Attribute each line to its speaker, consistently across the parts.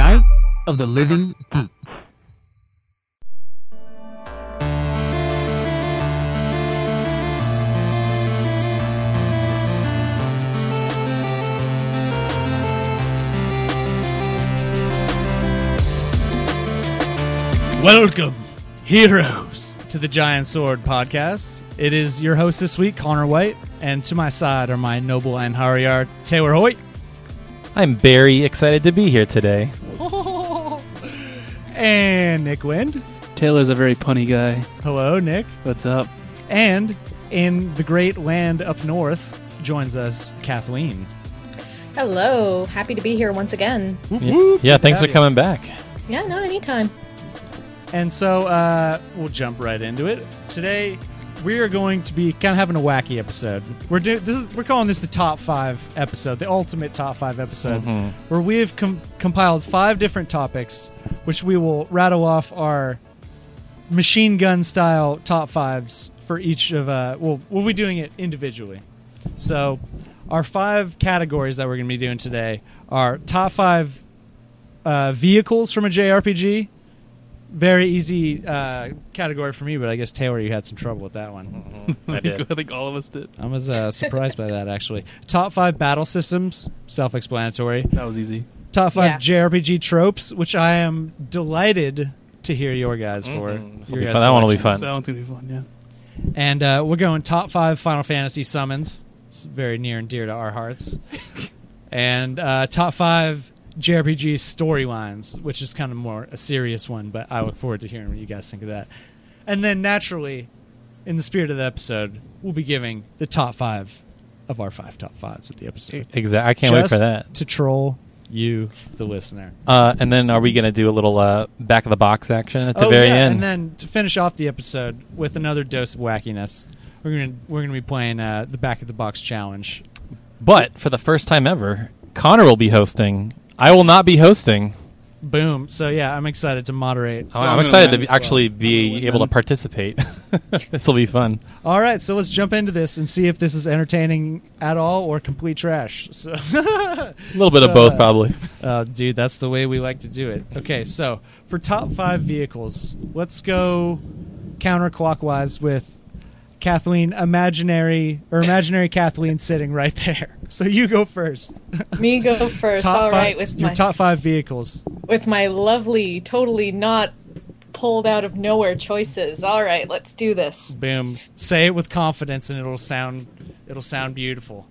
Speaker 1: Night of the Living Geek.
Speaker 2: Welcome, heroes, to the Giant Sword Podcast. It is your host this week, Connor White, and to my side are my noble and harrier, Taylor Hoyt.
Speaker 3: I'm very excited to be here today.
Speaker 2: and Nick Wind.
Speaker 4: Taylor's a very punny guy.
Speaker 2: Hello, Nick.
Speaker 4: What's up?
Speaker 2: And in the great land up north joins us Kathleen.
Speaker 5: Hello, happy to be here once again.
Speaker 3: Yeah, yeah, thanks for
Speaker 2: Howdy.
Speaker 3: coming back.
Speaker 5: Yeah, no, anytime.
Speaker 2: And so uh, we'll jump right into it. Today we are going to be kind of having a wacky episode. We're do- this is we're calling this the top five episode, the ultimate top five episode, where we have com- compiled five different topics, which we will rattle off our machine gun style top fives for each of. Uh, well, we'll be doing it individually. So our five categories that we're going to be doing today are top five uh, vehicles from a JRPG, very easy uh, category for me, but I guess Taylor, you had some trouble with that one.
Speaker 3: I did.
Speaker 4: I think all of us did.
Speaker 2: I was uh, surprised by that actually. Top five battle systems, self-explanatory.
Speaker 4: That was easy.
Speaker 2: Top five
Speaker 5: Yeah.
Speaker 2: JRPG tropes, which I am delighted to hear your guys for.
Speaker 3: This'll
Speaker 2: Your
Speaker 3: be
Speaker 2: guys'
Speaker 3: fun. That one will be
Speaker 2: selections.
Speaker 4: That one's gonna be fun, yeah.
Speaker 2: And uh, we're going top five Final Fantasy summons. It's very near and dear to our hearts. and uh, top five JRPG storylines, which is kind of more a serious one, but I look forward to hearing what you guys think of that. And then naturally, in the spirit of the episode, we'll be giving the top five of our five top fives of the episode.
Speaker 3: Exactly. I can't wait for
Speaker 2: Just
Speaker 3: that.
Speaker 2: To troll you, the listener.
Speaker 3: Uh, and then are we going to do a little uh, back of the box action at the
Speaker 2: oh,
Speaker 3: very
Speaker 2: yeah,
Speaker 3: end?
Speaker 2: And then to finish off the episode with another dose of wackiness, we're gonna we're gonna be playing uh, the back of the box challenge.
Speaker 3: but for the first time ever, Connor will be hosting. I will not be hosting.
Speaker 2: Boom! So yeah, I'm excited to moderate.
Speaker 4: I'm
Speaker 3: I'm,
Speaker 4: gonna
Speaker 3: excited
Speaker 4: win
Speaker 3: to be
Speaker 4: as well.
Speaker 3: actually
Speaker 4: I'm gonna
Speaker 3: be
Speaker 4: win
Speaker 3: able to
Speaker 4: then.
Speaker 3: participate. this will be fun.
Speaker 2: All right, so let's jump into this and see if this is entertaining at all or complete trash. So,
Speaker 3: A little bit
Speaker 2: So,
Speaker 3: of both,
Speaker 2: uh,
Speaker 3: probably.
Speaker 2: uh, dude, that's the way we like to do it. Okay, so for top five vehicles, let's go counterclockwise with. Kathleen, imaginary or imaginary Kathleen sitting right there. So you go first.
Speaker 5: Me go first.
Speaker 2: Top
Speaker 5: All
Speaker 2: five-
Speaker 5: right, with
Speaker 2: your
Speaker 5: my
Speaker 2: top five vehicles.
Speaker 5: with my lovely, totally not pulled out of nowhere choices. All right, let's do this.
Speaker 2: Boom. Say it with confidence and it'll sound it'll sound beautiful.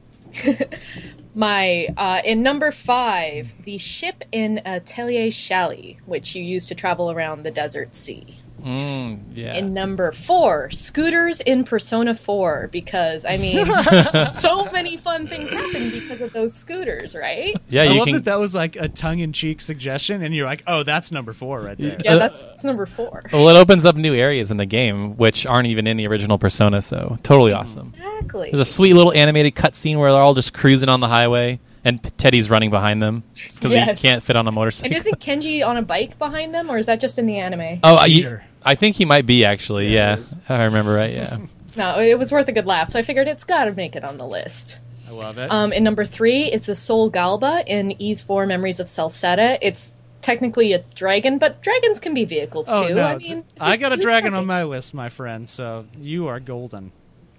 Speaker 5: My uh, in number five, the ship in Atelier Chalet, which you use to travel around the desert sea.
Speaker 3: Mm, yeah.
Speaker 5: In number four, scooters in Persona Four, because I mean, so many fun things happen because of those scooters, right?
Speaker 3: yeah,
Speaker 2: I
Speaker 3: you
Speaker 2: love
Speaker 3: can.
Speaker 2: that that was like a tongue in cheek suggestion and you're like, oh that's number four right there.
Speaker 5: Yeah,
Speaker 3: Uh,
Speaker 5: that's, that's number four.
Speaker 2: oh.
Speaker 3: well, it opens up new areas in the game, which aren't even in the original Persona, so totally
Speaker 2: Mm.
Speaker 3: awesome.
Speaker 5: Exactly.
Speaker 3: There's a sweet little animated cutscene where they're all just cruising on the highway, and P- Teddy's running behind them because he
Speaker 5: Yes.
Speaker 3: can't fit on a motorcycle.
Speaker 5: And isn't Kenji on a bike behind them, or is that just in the anime?
Speaker 2: Uh,
Speaker 3: oh, I,
Speaker 2: Cheater.
Speaker 3: I think he might be actually.
Speaker 4: Yeah,
Speaker 3: Yeah,
Speaker 4: he is.
Speaker 3: if I remember right. Yeah,
Speaker 5: No, it was worth a good laugh, so I figured it's got to make it on the list.
Speaker 2: I love it.
Speaker 5: Um, and number three is the Soul Galba in Ease 4 Memories of Salsetta. It's technically a dragon, but dragons can be vehicles too.
Speaker 2: oh, no.
Speaker 5: I mean,
Speaker 2: I
Speaker 5: who's-
Speaker 2: got a
Speaker 5: who's
Speaker 2: dragon on
Speaker 5: talking?
Speaker 2: my list, my friend, so you are golden.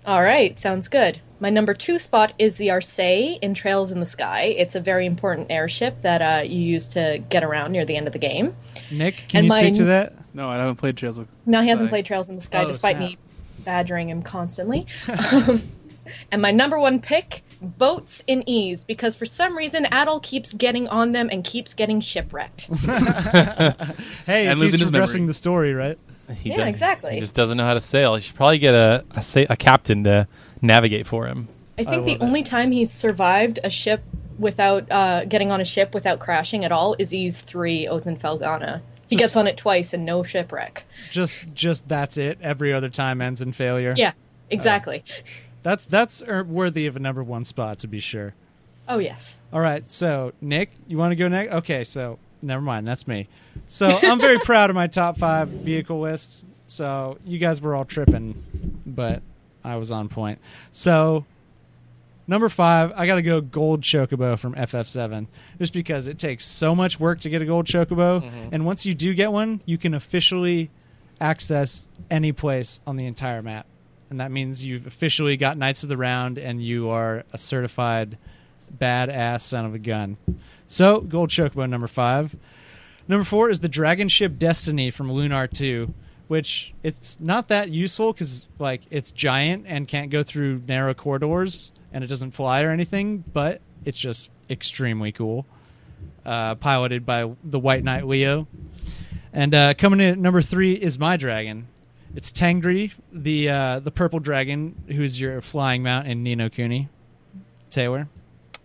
Speaker 5: All right, sounds good. My number two spot is the Arcei in Trails in the Sky. It's a very important airship that uh, you use to get around near the end of the game.
Speaker 2: Nick, can
Speaker 5: And
Speaker 2: you speak
Speaker 5: my-
Speaker 2: to that?
Speaker 4: No, I haven't played Trails of
Speaker 5: No, he hasn't
Speaker 4: Sorry.
Speaker 5: played Trails in the Sky,
Speaker 2: Oh,
Speaker 5: despite
Speaker 2: snap.
Speaker 5: me badgering him constantly. Um, and my number one pick, boats in ease, because for some reason Adol keeps getting on them and keeps getting shipwrecked.
Speaker 2: Hey,
Speaker 4: And
Speaker 2: at least
Speaker 4: losing his
Speaker 2: progressing
Speaker 4: memory.
Speaker 2: the story, right?
Speaker 3: he
Speaker 5: Yeah,
Speaker 3: does-
Speaker 5: exactly.
Speaker 3: He just doesn't know how to sail. He should probably get a a, sa- a captain to navigate for him.
Speaker 5: I think
Speaker 2: love
Speaker 5: the
Speaker 2: it.
Speaker 5: only time he's survived a ship without uh, getting on a ship without crashing at all is Ease three Othenfelgana. He
Speaker 2: Just-
Speaker 5: gets on it twice and no shipwreck.
Speaker 2: Just just that's it. Every other time ends in failure.
Speaker 5: Yeah, exactly.
Speaker 2: That's that's er, worthy of a number one spot to be sure.
Speaker 5: oh yes.
Speaker 2: All right, so Nick, you want to go next? Okay, so never mind, that's me. So I'm very proud of my top five vehicle lists. So you guys were all tripping, but I was on point. So Number five, I got to go gold chocobo from FF7, just because it takes so much work to get a gold chocobo, and once you do get one, you can officially access any place on the entire map, and that means you've officially got Knights of the Round, and you are a certified badass son of a gun. So gold chocobo number five. Number four is the Dragon Ship Destiny from Lunar 2, which it's not that useful because like it's giant and can't go through narrow corridors and it doesn't fly or anything, but it's just extremely cool. Uh, piloted by the White Knight Leo. And uh, coming in at number three is my dragon. It's Tangri, the uh, the purple dragon, who's your flying mount in Nino Kuni. Taylor.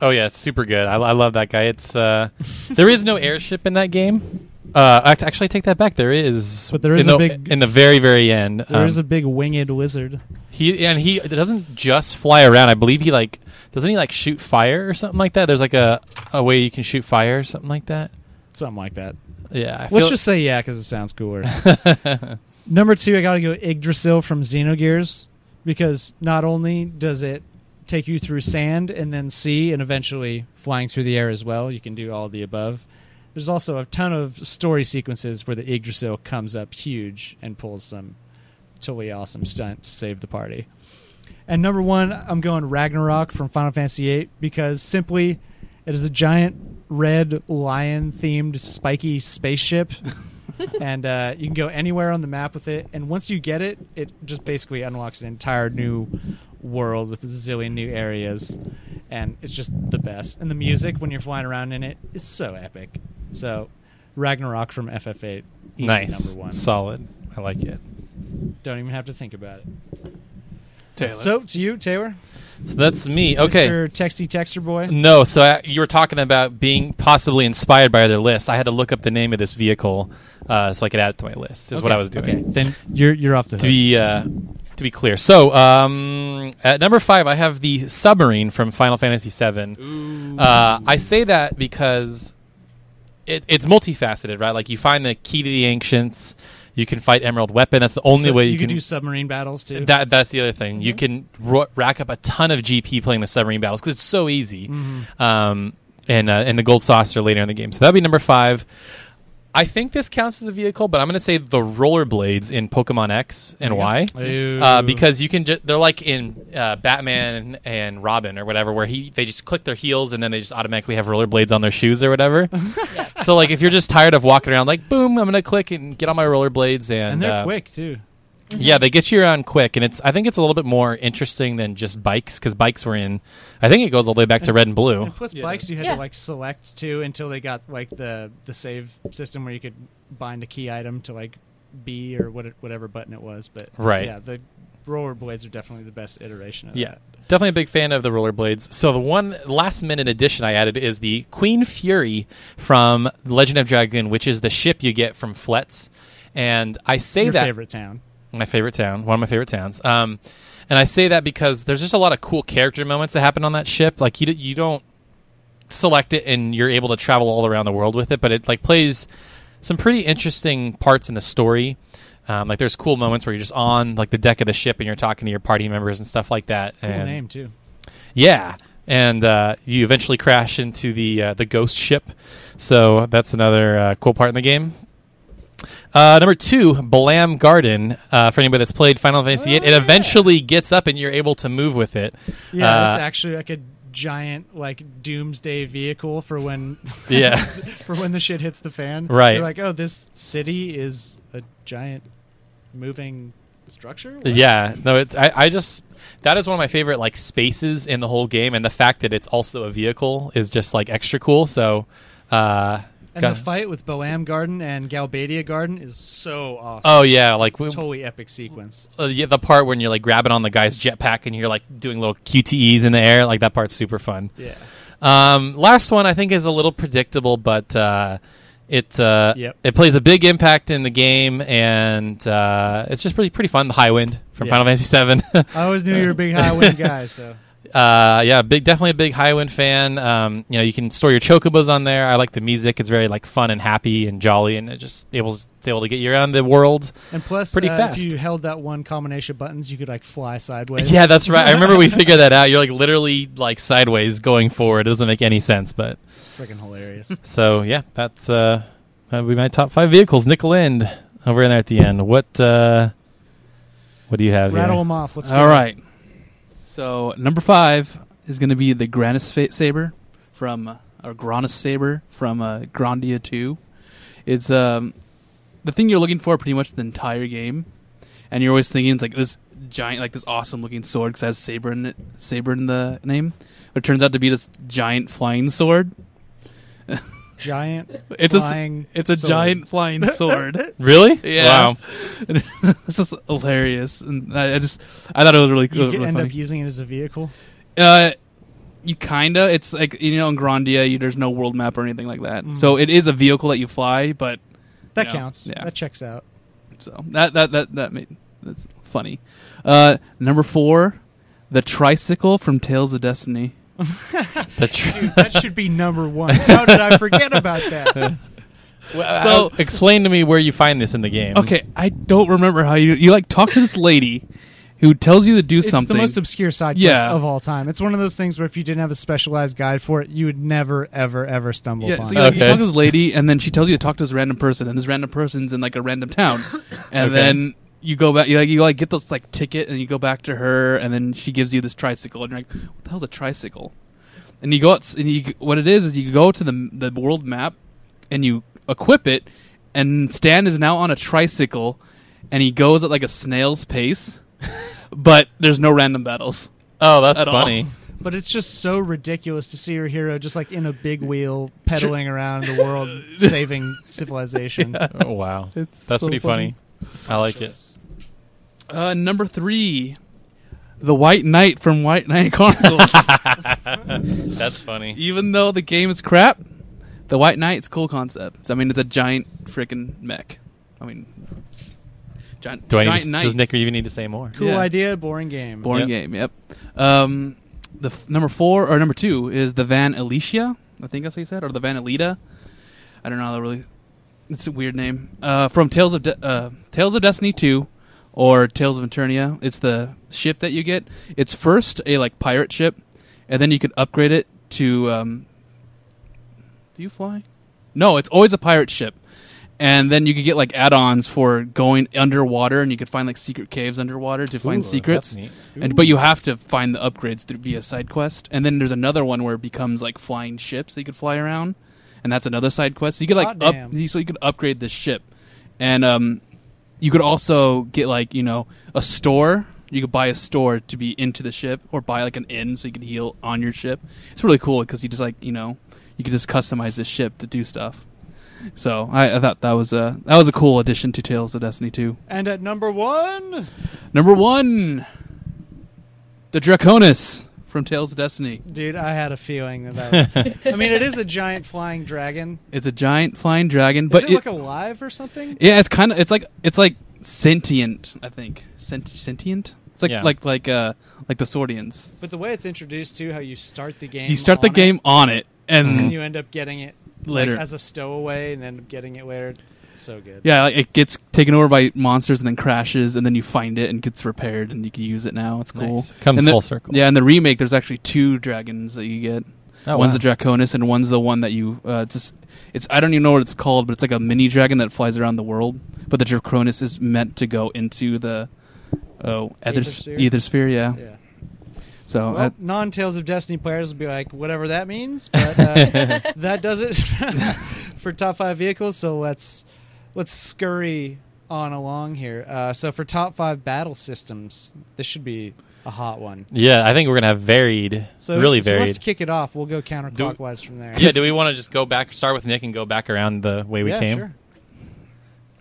Speaker 3: Oh yeah, it's super good. I, I love that guy. It's uh, there is no airship in that game. Uh, act- actually, I take that back. There is,
Speaker 2: But there is
Speaker 3: in
Speaker 2: a
Speaker 3: the,
Speaker 2: big-
Speaker 3: in the very very end.
Speaker 2: There is
Speaker 3: um,
Speaker 2: a big winged lizard.
Speaker 3: He and he doesn't just fly around. I believe he like doesn't he like shoot fire or something like that. There's like a a way you can shoot fire or something like that.
Speaker 2: Something like that.
Speaker 3: Yeah, I
Speaker 2: Let's
Speaker 3: feel-
Speaker 2: just say yeah, because it sounds cooler. Number two, I gotta go Yggdrasil from Xenogears because not only does it take you through sand and then sea and eventually flying through the air as well, you can do all the above. There's also a ton of story sequences where the Yggdrasil comes up huge and pulls some totally awesome stunt to save the party. And number one, I'm going Ragnarok from Final Fantasy VIII because simply it is a giant red lion themed spiky spaceship. and uh, you can go anywhere on the map with it. And once you get it, it just basically unlocks an entire new world with a zillion new areas. And it's just the best. And the music when you're flying around in it is so epic. So, Ragnarok from FF8. Easy
Speaker 3: nice,
Speaker 2: Number one.
Speaker 3: solid. I like it.
Speaker 2: Don't even have to think about it.
Speaker 4: Taylor.
Speaker 2: So, to you, Taylor.
Speaker 3: So that's me. Okay.
Speaker 2: Mr. Texty Texter Boy.
Speaker 3: No, so I, you were talking about being possibly inspired by other lists. I had to look up the name of this vehicle uh, so I could add it to my list. Is what
Speaker 2: Okay,
Speaker 3: I was doing.
Speaker 2: Okay. Then you're you're off the hook.
Speaker 3: To be uh, to be clear, so um, at number five, I have the submarine from Final Fantasy VII. Uh, I say that because it, it's multifaceted, right? Like you find the key to the ancients. You can fight Emerald Weapon. That's the only
Speaker 2: So
Speaker 3: way you,
Speaker 2: could
Speaker 3: can
Speaker 2: do submarine battles too. Mm-hmm.
Speaker 3: that that's the other thing. You can ro- rack up a ton of GP playing the submarine battles because it's so easy.
Speaker 2: Mm-hmm.
Speaker 3: Um, and uh, and the gold saucer later in the game. So that'd be number five. I think this counts as a vehicle, but I'm going to say the rollerblades in Pokemon X and Y
Speaker 2: Ooh.
Speaker 3: uh, because you can. Ju- they're like in uh, Batman and Robin or whatever, where he they just click their heels and then they just automatically have rollerblades on their shoes or whatever. so like if you're just tired of walking around, like boom, I'm going to click and get on my rollerblades and
Speaker 2: and they're
Speaker 3: uh,
Speaker 2: quick too.
Speaker 3: yeah, they get you around quick, and it's. I think it's a little bit more interesting than just bikes because bikes were in. I think it goes all the way back to red and blue.
Speaker 2: And plus
Speaker 4: Yeah.
Speaker 2: bikes you had
Speaker 5: Yeah.
Speaker 2: to like select too until they got like the the save system where you could bind a key item to like B or what, whatever button it was. But
Speaker 3: Right.
Speaker 2: yeah, the rollerblades are definitely the best iteration of
Speaker 3: Yeah,
Speaker 2: that.
Speaker 3: definitely a big fan of the rollerblades. So the one last minute addition I added is the Queen Fury from Legend of Dragoon, which is the ship you get from Fletz. And I say
Speaker 2: Your
Speaker 3: that
Speaker 2: favorite town.
Speaker 3: my favorite town, one of my favorite towns. Um, and I say that because there's just a lot of cool character moments that happen on that ship. Like you, d- you don't select it and you're able to travel all around the world with it, but it like plays some pretty interesting parts in the story. Um, like there's cool moments where you're just on like the deck of the ship and you're talking to your party members and stuff like that.
Speaker 2: Cool
Speaker 3: and
Speaker 2: name too.
Speaker 3: yeah, and uh, you eventually crash into the uh, the ghost ship. So that's another uh, cool part in the game. Uh, number two, Blam Garden. Uh, for anybody that's played Final Fantasy VIII, it eventually gets up and you're able to move with it.
Speaker 2: Oh, Yeah,
Speaker 3: Uh,
Speaker 2: it's actually like a giant like doomsday vehicle for when
Speaker 3: yeah,
Speaker 2: for when the shit hits the fan.
Speaker 3: Right.
Speaker 2: You're like, oh, this city is a giant moving structure? What?
Speaker 3: yeah. No, it's I, I just that is one of my favorite like spaces in the whole game, and the fact that it's also a vehicle is just like extra cool. So. Uh,
Speaker 2: And
Speaker 3: got-
Speaker 2: the fight with Boam Garden and Galbadia Garden is so awesome.
Speaker 3: oh yeah, like we,
Speaker 2: Totally epic sequence.
Speaker 3: uh, yeah, the part when you're like grabbing on the guy's jetpack and you're like doing little QTEs in the air, like that part's super fun.
Speaker 2: Yeah.
Speaker 3: Um, last one I think is a little predictable, but uh, it uh,
Speaker 2: Yep.
Speaker 3: it plays a big impact in the game, and uh, it's just pretty pretty fun. The High Wind from
Speaker 2: Yeah.
Speaker 3: Final Fantasy VII.
Speaker 2: I always knew you were a big high wind guy, so
Speaker 3: Uh, yeah, big, definitely a big Highwind fan. Um, you know, you can store your chocobos on there. I like the music; it's very like fun and happy and jolly, and it just able it's able to get you around the world.
Speaker 2: And plus,
Speaker 3: Pretty
Speaker 2: uh,
Speaker 3: fast.
Speaker 2: if you held that one combination of buttons, you could like fly sideways.
Speaker 3: Yeah, that's right. I remember we figured that out. You're like literally like sideways going forward. It doesn't make any sense, but
Speaker 2: freaking hilarious.
Speaker 3: so yeah, that's uh, that would be my top five vehicles. Nickel End over in there at the end. What uh, what do you have
Speaker 2: Rattle
Speaker 3: here?
Speaker 2: them off. Let's
Speaker 4: All
Speaker 2: go.
Speaker 4: right. So number five is going to be the Granis Fa- Saber from uh, or Granis Saber from uh, Grandia Two. It's um the thing you're looking for pretty much the entire game, and you're always thinking it's like this giant, like this awesome looking sword because it has saber in it, saber in the name, but it turns out to be this giant flying sword.
Speaker 2: Giant.
Speaker 4: It's a s-
Speaker 2: flying
Speaker 4: it's a
Speaker 2: sword.
Speaker 4: giant flying sword.
Speaker 3: Really?
Speaker 4: Yeah.
Speaker 3: Wow.
Speaker 4: this is hilarious, and I, I just I thought it was really
Speaker 2: You
Speaker 4: cool.
Speaker 2: could
Speaker 4: really
Speaker 2: end
Speaker 4: funny.
Speaker 2: up using it as a vehicle.
Speaker 4: Uh, you kinda. It's like you know in Grandia, you, there's no world map or anything like that.
Speaker 2: Mm.
Speaker 4: So it is a vehicle that you fly, but
Speaker 2: That
Speaker 4: Yeah.
Speaker 2: counts.
Speaker 4: Yeah.
Speaker 2: That checks out.
Speaker 4: so that that that that made that's funny. Uh, number four, the tricycle from Tales of Destiny.
Speaker 3: The tr-
Speaker 2: Dude, that should be number one. How did I forget about that?
Speaker 3: so
Speaker 4: So-
Speaker 3: explain to me where you find this in the game.
Speaker 4: Okay, I don't remember how you you like talk to this lady who tells you to do
Speaker 2: It's
Speaker 4: something.
Speaker 2: the most obscure side quest
Speaker 4: Yeah.
Speaker 2: of all time. It's one of those things where if you didn't have a specialized guide for it, you would never, ever, ever stumble
Speaker 4: yeah,
Speaker 2: upon
Speaker 4: so
Speaker 2: it.
Speaker 4: you, like, you
Speaker 3: Okay.
Speaker 4: talk to this lady, and then she tells you to talk to this random person, and this random person's in like a random town, and
Speaker 3: Okay.
Speaker 4: then you go back, you like you like get this like ticket, and you go back to her, and then she gives you this tricycle, and you're like, what the hell's a tricycle? And you go out, and you what it is is you go to the the world map, and you equip it, and Stan is now on a tricycle, and he goes at like a snail's pace, but there's no random battles.
Speaker 3: Oh, that's
Speaker 4: At all.
Speaker 3: funny.
Speaker 2: But it's just so ridiculous to see your hero just like in a big wheel pedaling around the world, saving civilization.
Speaker 3: Oh, wow.
Speaker 4: It's
Speaker 3: that's
Speaker 4: so
Speaker 3: pretty funny. I like it.
Speaker 4: Uh, number three, the White Knight from White Knight Chronicles.
Speaker 3: That's funny.
Speaker 4: Even though the game is crap, the White Knight's cool concept. I mean, it's a giant freaking mech. I mean, giant,
Speaker 3: Do I need
Speaker 4: giant
Speaker 3: to,
Speaker 4: knight.
Speaker 3: does Nick even need to say more?
Speaker 2: Cool
Speaker 4: Yeah.
Speaker 2: idea, boring game.
Speaker 4: Boring
Speaker 3: Yep.
Speaker 4: game. Yep. Um, the f- number four or number two is the Van Alicia. I think that's what you said, or the Van Alita. I don't know. That really, it's a weird name. Uh, from Tales of De- uh, Tales of Destiny two, or Tales of Eternia. It's the ship that you get. It's first a like pirate ship, and then you could upgrade it to. Um, do you fly? No, it's always a pirate ship. And then you could get like add-ons for going underwater, and you could find like secret caves underwater to find
Speaker 3: Ooh,
Speaker 4: secrets
Speaker 3: that's neat.
Speaker 4: and but you have to find the upgrades through via side quest. And then there's another one where it becomes like flying ships that you could fly around, and that's another side quest. So you could like
Speaker 2: Hot
Speaker 4: up,
Speaker 2: damn.
Speaker 4: so you could upgrade the ship, and um, you could also get like you know a store. You could buy a store to be into the ship, or buy like an inn so you could heal on your ship. It's really cool because you just like you know you could just customize the ship to do stuff. So I, I thought that was a that was a cool addition to Tales of Destiny two.
Speaker 2: And at number one,
Speaker 4: Number one, the Draconis from Tales of Destiny.
Speaker 2: dude, I had a feeling that that was. I mean, it is a giant flying dragon.
Speaker 4: It's a giant flying dragon,
Speaker 2: But
Speaker 4: but
Speaker 2: is it,
Speaker 4: it-
Speaker 2: like alive or something?
Speaker 4: yeah, it's kind of it's like it's like sentient. I think Sent- sentient. It's like
Speaker 3: Yeah.
Speaker 4: like like uh like the Swordians.
Speaker 2: But the way it's introduced too, how you start the game,
Speaker 4: You start the
Speaker 2: on it, Mm-hmm.
Speaker 4: game on it, and
Speaker 2: and
Speaker 3: Mm-hmm.
Speaker 2: then you end up getting it like,
Speaker 4: Later.
Speaker 2: as a stowaway, and end up getting it later. It's so good.
Speaker 4: yeah, like, it gets taken over by monsters and then crashes, and then you find it and gets repaired, and you can use it now. It's cool.
Speaker 3: Nice. Comes
Speaker 4: And the-
Speaker 3: full circle.
Speaker 4: Yeah, in the remake, there's actually two dragons that you get.
Speaker 3: Oh,
Speaker 4: one's
Speaker 3: wow.
Speaker 4: the Draconis, and one's the one that you uh, just. It's I don't even know what it's called, but it's like a mini dragon that flies around the world. But the Draconis is meant to go into the oh ether
Speaker 2: Aethersphere?
Speaker 4: ether sphere, yeah.
Speaker 2: Yeah.
Speaker 4: So
Speaker 2: Well,
Speaker 4: uh,
Speaker 2: non Tales of Destiny players will be like, whatever that means, but uh, that does it for top five vehicles. So let's let's scurry on along here. Uh, so for top five battle systems, this should be a hot one.
Speaker 3: Yeah, I think we're gonna have varied,
Speaker 2: So
Speaker 3: really
Speaker 2: if you want us
Speaker 3: varied.
Speaker 2: to kick it off, we'll go counterclockwise from there.
Speaker 3: Yeah, do we want to just go back, start with Nick, and go back around the way we
Speaker 2: Yeah,
Speaker 3: came?
Speaker 2: sure.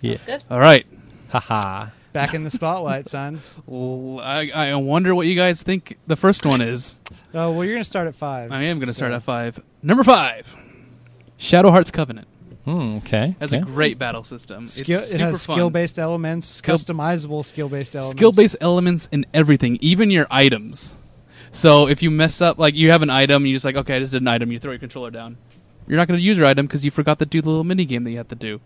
Speaker 3: Yeah,
Speaker 5: That's good.
Speaker 4: all right.
Speaker 3: haha.
Speaker 2: Back in the spotlight, son.
Speaker 4: L- I, I wonder what you guys think the first one is.
Speaker 2: Oh well, you're gonna start at five.
Speaker 4: I am going to start
Speaker 2: so-
Speaker 4: at five. Number five, Shadow Hearts Covenant.
Speaker 3: Hmm, okay.
Speaker 4: That's
Speaker 3: okay.
Speaker 4: a great battle system.
Speaker 2: Skill,
Speaker 4: it's
Speaker 2: it
Speaker 4: super
Speaker 2: has
Speaker 4: fun.
Speaker 2: skill-based elements,
Speaker 4: Skill-
Speaker 2: customizable skill-based elements.
Speaker 4: skill based elements in everything, even your items. So if you mess up, like you have an item, you just like, okay, I just did an item. You throw your controller down. You're not going to use your item because you forgot to do the little mini game that you had to do.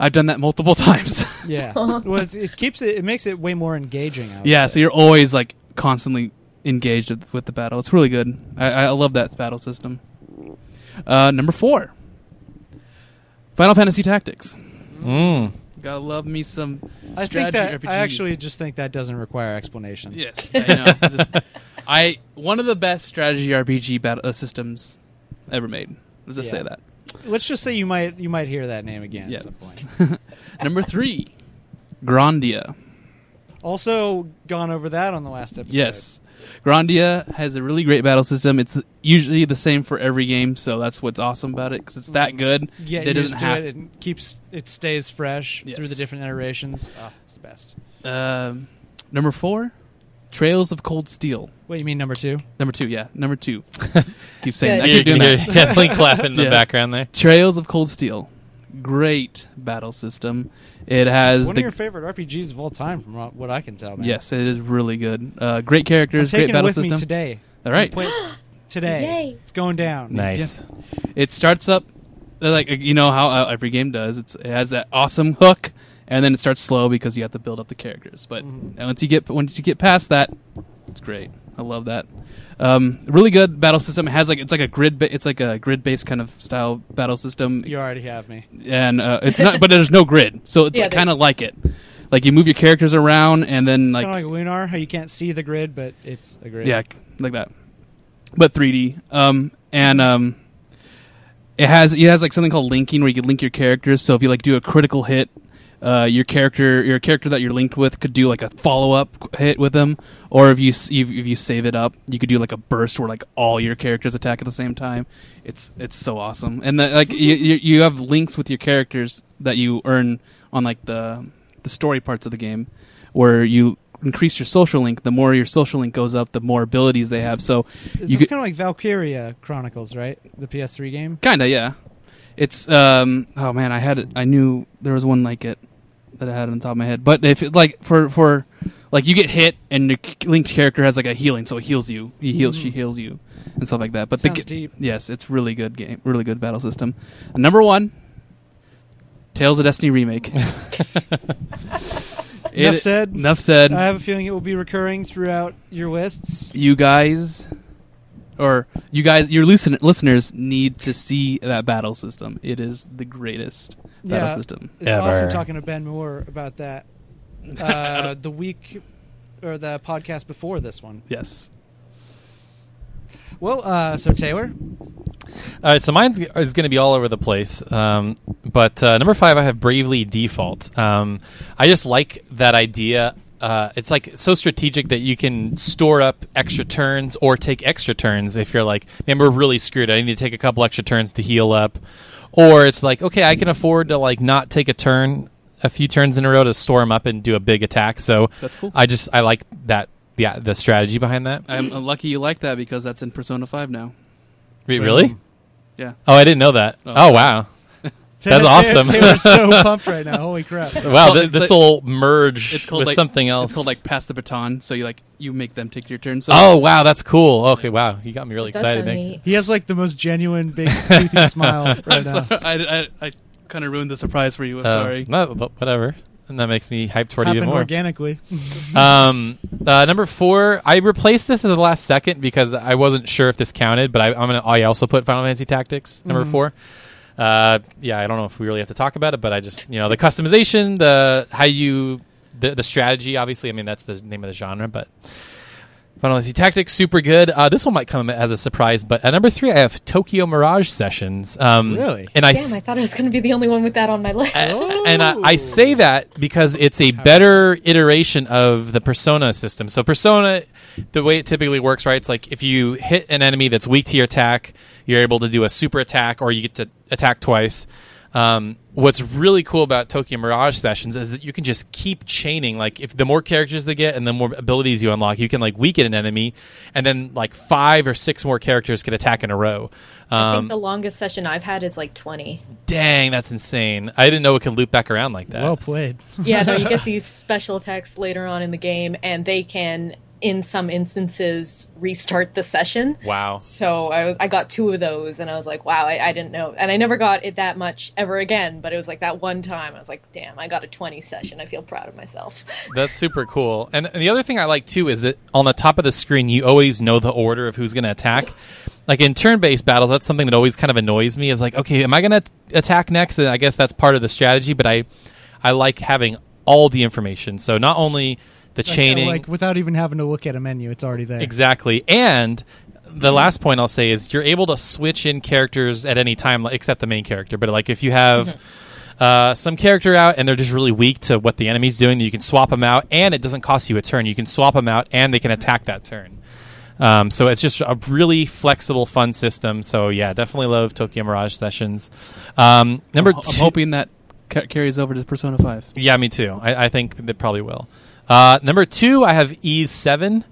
Speaker 4: I've done that multiple times.
Speaker 2: Yeah. well, it's, it keeps it. It makes it way more engaging. I would
Speaker 4: yeah,
Speaker 2: say.
Speaker 4: so you're always like constantly engaged with- with the battle. It's really good. I, I love that battle system. Uh, number four, Final Fantasy Tactics.
Speaker 3: Mm.
Speaker 4: Gotta love me some
Speaker 2: I think
Speaker 4: strategy
Speaker 2: that
Speaker 4: RPG.
Speaker 2: I actually just think that doesn't require explanation.
Speaker 4: Yes, I know. Just- I one of the best strategy RPG battle uh, systems ever made. Let's just
Speaker 2: Yeah.
Speaker 4: say that.
Speaker 2: Let's just say you might you might hear that name again
Speaker 4: Yeah.
Speaker 2: at some point.
Speaker 4: Number three, Grandia.
Speaker 2: Also, gone over that on the last episode.
Speaker 4: Yes. Grandia has a really great battle system. It's usually the same for every game, so that's what's awesome about it because it's that good.
Speaker 2: Mm-hmm. Yeah,
Speaker 4: that
Speaker 2: you
Speaker 4: it
Speaker 2: just
Speaker 4: doesn't
Speaker 2: do
Speaker 4: have.
Speaker 2: it. It keeps it stays fresh
Speaker 4: Yes.
Speaker 2: through the different iterations. Ah, it's the best.
Speaker 4: Um, number four, Trails of Cold Steel.
Speaker 2: Wait, you mean number two?
Speaker 4: Number two, yeah, number two. keep saying, that.
Speaker 5: Good.
Speaker 4: I keep doing that.
Speaker 3: yeah, Link clap in the
Speaker 4: Yeah.
Speaker 3: background there.
Speaker 4: Trails of Cold Steel, great battle system. It has
Speaker 2: One
Speaker 4: the
Speaker 2: of your favorite RPGs of all time, from what- what I can tell. Man.
Speaker 4: yes, it is really good. Uh, great
Speaker 2: I'm
Speaker 4: characters,
Speaker 2: taking
Speaker 4: great
Speaker 2: it
Speaker 4: battle
Speaker 2: with
Speaker 4: system.
Speaker 2: me today.
Speaker 4: All right,
Speaker 2: Play it today,
Speaker 5: Yay.
Speaker 2: it's going down.
Speaker 3: Nice.
Speaker 4: it starts up uh, like you know how uh, every game does. It's, it has that awesome hook, and then it starts slow because you have to build up the characters. But
Speaker 2: Mm-hmm.
Speaker 4: once you get once you get past that, it's great. I love that. Um, really good battle system. It has like it's like a grid. Ba- it's like a grid based kind of style battle system.
Speaker 2: You already have me.
Speaker 4: and uh, it's not, but there's no grid, so it's
Speaker 5: Yeah,
Speaker 4: like,
Speaker 5: there-
Speaker 4: kind of like it. Like you move your characters around, and then like
Speaker 2: kind of like Lunar, how you can't see the grid, but it's a grid.
Speaker 4: yeah, c- like that, but 3D. Um, and um, it has it has like something called linking where you can link your characters. So if you like do a critical hit, uh, your character your character that you're linked with could do like a follow up hit with them, or if you s- if, if you save it up, you could do like a burst where like all your characters attack at the same time. It's it's so awesome, and the, like you you you have links with your characters that you earn on like the the story parts of the game where you increase your social link the more your social link goes up the more abilities they have so
Speaker 2: It's
Speaker 4: you could-
Speaker 2: kind of like Valkyria Chronicles, right? The PS3 game.
Speaker 4: Kinda, yeah. It's um. Oh man, I had it. I knew there was one like it that I had on the top of my head. But if it, like for for like you get hit and your c- linked character has like a healing, so it heals you. He heals, she heals you, and stuff like that. But the
Speaker 2: Mm. Sounds
Speaker 4: g-
Speaker 2: deep.
Speaker 4: yes, it's really good game, really good battle system. Number one, Tales of Destiny remake. It-
Speaker 2: Enough said.
Speaker 4: Enough said.
Speaker 2: I have a feeling it will be recurring throughout your lists.
Speaker 4: you guys or you guys your listen, listeners need to see that battle system it is the greatest battle
Speaker 2: Yeah.
Speaker 4: system
Speaker 2: It's
Speaker 3: Ever.
Speaker 2: awesome talking to Ben Moore about that uh, the week or the podcast before this one.
Speaker 4: yes
Speaker 2: Well, uh, so Taylor,
Speaker 3: All right, so mine is going to be all over the place. Um, but uh, number five, I have Bravely Default. Um, I just like that idea. Uh, it's like so strategic that you can store up extra turns or take extra turns if you're like, man, we're really screwed. I need to take a couple extra turns to heal up, or it's like, okay, I can afford to like not take a turn, a few turns in a row to store 'em up and do a big attack. So
Speaker 4: That's cool.
Speaker 3: I just I like that. Yeah, the strategy behind that.
Speaker 4: i'm lucky you like that because that's in persona 5 now
Speaker 3: Wait, really?
Speaker 4: yeah
Speaker 3: Oh, I didn't know that.
Speaker 4: Oh.
Speaker 3: oh wow.
Speaker 2: Taylor-
Speaker 3: awesome.
Speaker 2: Taylor's so pumped right now. Holy crap!
Speaker 3: Wow,
Speaker 4: Well,
Speaker 3: th-
Speaker 4: it's
Speaker 3: this
Speaker 4: like-
Speaker 3: will merge with something else.
Speaker 4: it's called like pass the baton so you like you make them take your turn so
Speaker 3: oh wow, that's cool. Okay, wow, you got me really
Speaker 5: It does sound
Speaker 3: excited. Nick.
Speaker 5: neat.
Speaker 2: He has like the most genuine big toothy smile uh, right now.
Speaker 4: i, I, I kind of ruined the surprise for you i'm
Speaker 3: Uh,
Speaker 4: sorry
Speaker 3: No, but whatever. And that makes me hyped toward it
Speaker 2: Happened
Speaker 3: even more.
Speaker 2: organically.
Speaker 3: Um, uh, number four, I replaced this at the last second because I wasn't sure if this counted, but I, I'm gonna. I also put Final Fantasy Tactics number four. Uh, yeah, I don't know if we really have to talk about it, but I just you know the customization, the how you the, the strategy. Obviously, I mean that's the name of the genre, but Final Fantasy Tactics super good. Uh, this one might come as a surprise, but at number three, I have Tokyo Mirage Sessions. Um,
Speaker 2: Really?
Speaker 3: and I s-
Speaker 5: Damn, I thought I was going to be the only one with that on my list.
Speaker 3: and I, I say that because it's a better iteration of the persona system. So persona, the way it typically works, right? It's like if you hit an enemy that's weak to your attack, you're able to do a super attack, or you get to attack twice. Um, what's really cool about Tokyo Mirage Sessions is that you can just keep chaining. Like if the more characters they get and the more abilities you unlock, you can like weaken an enemy, and then like five or six more characters can attack in a row.
Speaker 5: I
Speaker 3: Um,
Speaker 5: think the longest session I've had is like 20.
Speaker 3: dang, that's insane! I didn't know it could loop back around like that.
Speaker 2: Well played.
Speaker 5: Yeah, no, you get these special attacks later on in the game, and they can in some instances restart the session.
Speaker 3: Wow.
Speaker 5: So I was I got two of those and I was like, wow, I, I didn't know and I never got it that much ever again, but it was like that one time I was like, damn, I got a twenty session. I feel proud of myself.
Speaker 3: That's super cool. And the other thing I like too is that on the top of the screen, you always know the order of who's going to attack. Like in turn-based battles, that's something that always kind of annoys me. Is like, okay, am I going to attack next? And I guess that's part of the strategy. But I, I like having all the information. So not only the chaining,
Speaker 2: Like, without even having to look at a menu, it's already there.
Speaker 3: Exactly. And the last point I'll say is you're able to switch in characters at any time, like- except the main character. But like if you have
Speaker 4: Mm-hmm.
Speaker 3: uh, some character out and they're just really weak to what the enemy's doing, you can swap them out, and it doesn't cost you a turn. You can swap them out, and they can attack that turn. Um, so it's just a really flexible, fun system. So yeah, definitely love Tokyo Mirage Sessions. Um, number
Speaker 4: I'm, ho- I'm
Speaker 3: two,
Speaker 4: hoping that ca- carries over to Persona Five.
Speaker 3: yeah, me too. I, I think that probably will. Uh, number two, I have E seven,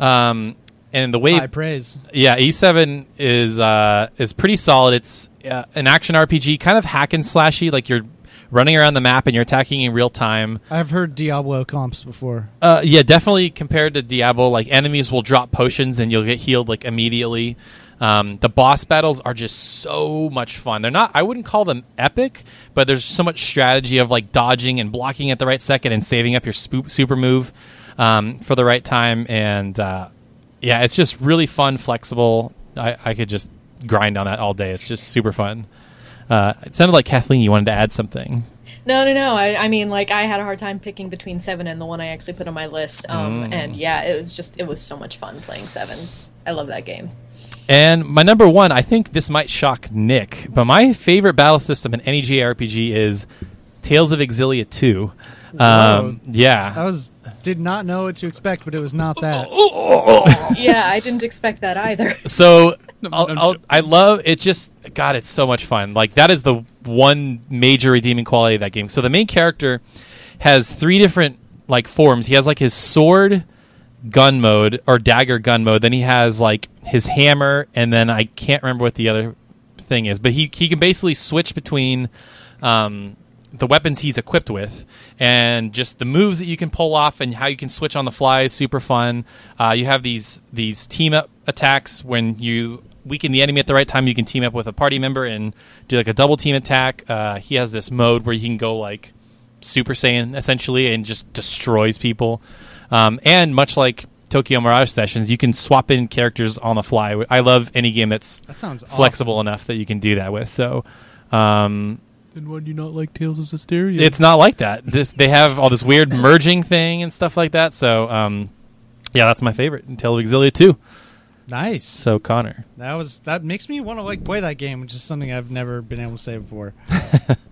Speaker 3: um, and the way
Speaker 2: High praise.
Speaker 3: yeah, E7 is uh, is pretty solid. It's uh, an action RPG, kind of hack and slashy, like you're running around the map and you're attacking in real time.
Speaker 2: I've heard Diablo comps before.
Speaker 3: Uh, yeah, definitely compared to Diablo, like enemies will drop potions and you'll get healed like immediately. Um, the boss battles are just so much fun. They're not, I wouldn't call them epic, but there's so much strategy of like dodging and blocking at the right second and saving up your spoop- super move um, for the right time. And uh, yeah, it's just really fun, flexible. I, I could just grind on that all day. It's just super fun. Uh, it sounded like Kathleen, you wanted to add something.
Speaker 5: No, no, no. I, I mean, like, I had a hard time picking between seven and the one I actually put on my list. Um, And yeah, it was just, it was so much fun playing seven. I love that game.
Speaker 3: And my number one, I think this might shock Nick, but my favorite battle system in any JRPG is Tales of Exilia 2.
Speaker 2: Wow.
Speaker 3: Um, yeah.
Speaker 2: I was did not know what to expect, but it was not that.
Speaker 5: yeah, I didn't expect that either.
Speaker 3: So I'll,
Speaker 4: I'm
Speaker 3: I'll,
Speaker 4: joking.
Speaker 3: I love it. Just God, it's so much fun. Like that is the one major redeeming quality of that game. So the main character has three different like forms. He has like his sword gun mode or dagger gun mode. Then he has like his hammer, and then I can't remember what the other thing is. But he he can basically switch between. Um, the weapons he's equipped with, and just the moves that you can pull off, and how you can switch on the fly is super fun. Uh, you have these these team up attacks when you weaken the enemy at the right time. You can team up with a party member and do like a double team attack. Uh, he has this mode where he can go like Super Saiyan essentially and just destroys people. Um, and much like Tokyo Mirage Sessions, you can swap in characters on the fly. I love any game that's
Speaker 2: That sounds awesome.
Speaker 3: flexible enough that you can do that with. So. Um,
Speaker 4: Then why do you not like Tales of Systeria?
Speaker 3: it's not like that. This they have all this weird merging thing and stuff like that. So um, yeah, that's my favorite. And Tale of Exilia too.
Speaker 2: Nice.
Speaker 3: So Connor,
Speaker 2: That was that makes me want to like play that game, which is something I've never been able to say before.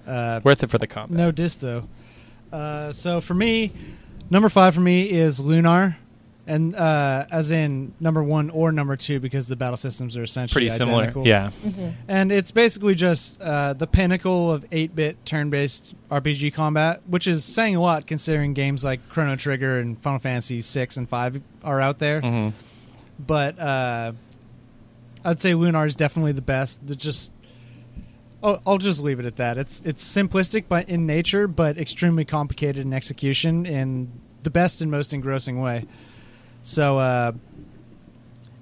Speaker 2: uh,
Speaker 3: worth it for the combat.
Speaker 2: no diss though. Uh, so for me, number five for me is Lunar, and uh, as in number one or number two because the battle systems are essentially
Speaker 3: Pretty similar.
Speaker 2: identical.
Speaker 3: Yeah.
Speaker 2: and it's basically just uh, the pinnacle of 8-bit turn-based RPG combat, which is saying a lot considering games like Chrono Trigger and Final Fantasy 6 and 5 are out there.
Speaker 3: Mhm.
Speaker 2: But uh, I'd say Lunar is definitely the best. The just I'll, I'll just leave it at that. It's it's simplistic but in nature, but extremely complicated in execution in the best and most engrossing way. So, uh,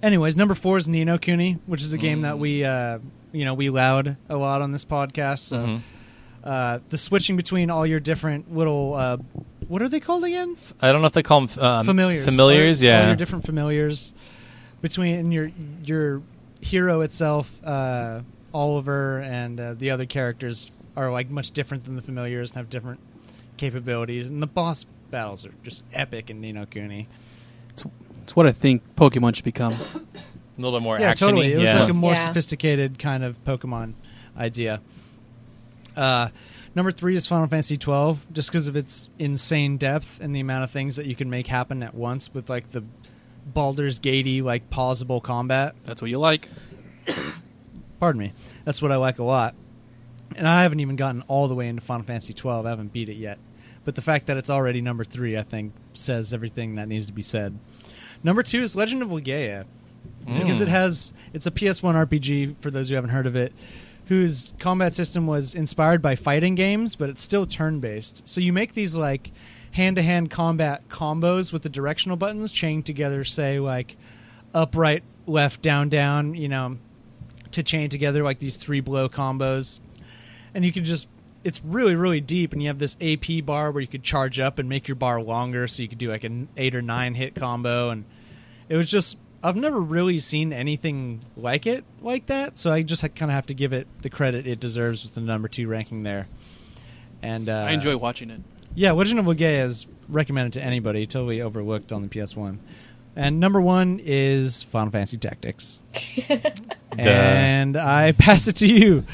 Speaker 2: anyways, number four is Nino Cooney, which is a game that we uh, you know we loud a lot on this podcast. So,
Speaker 3: Mhm.
Speaker 2: uh, the switching between all your different little uh, what are they called again?
Speaker 3: I don't know if they call them um,
Speaker 2: familiars.
Speaker 3: Familiars,
Speaker 2: All your- all
Speaker 3: yeah.
Speaker 2: your different familiars between your your hero itself, uh, Oliver, and uh, the other characters are like much different than the familiars and have different capabilities. And the boss battles are just epic in Nino Kuni.
Speaker 4: It's, it's what I think Pokemon should become.
Speaker 3: Uh, a little bit more
Speaker 2: yeah,
Speaker 3: action.
Speaker 2: totally. It was
Speaker 3: yeah.
Speaker 2: like a more
Speaker 5: Yeah.
Speaker 2: sophisticated kind of Pokemon idea. Uh, number three is Final Fantasy twelve, just because of its insane depth and the amount of things that you can make happen at once with like the Baldur's Gatey like pausable combat.
Speaker 4: That's what you like.
Speaker 2: Pardon me. That's what I like a lot. And I haven't even gotten all the way into Final Fantasy twelve. I haven't beat it yet. But the fact that it's already number three, I think, says everything that needs to be said. Number two is Legend of Legaia because it has it's a PS1 RPG for those who haven't heard of it, whose combat system was inspired by fighting games, but it's still turn based. So you make these like hand-to-hand combat combos with the directional buttons chained together. Say like up, right, left, down, down. You know, to chain together like these three blow combos and you can just it's really really deep and you have this ap bar where you could charge up and make your bar longer so you could do like an eight or nine hit combo and it was just i've never really seen anything like it like that so i just kind of have to give it the credit it deserves with the number two ranking there and uh,
Speaker 4: I enjoy watching it.
Speaker 2: yeah, Legend of Wagaya is recommended to anybody, totally overlooked on the PS1. And number one is Final Fantasy Tactics. and I pass it to you,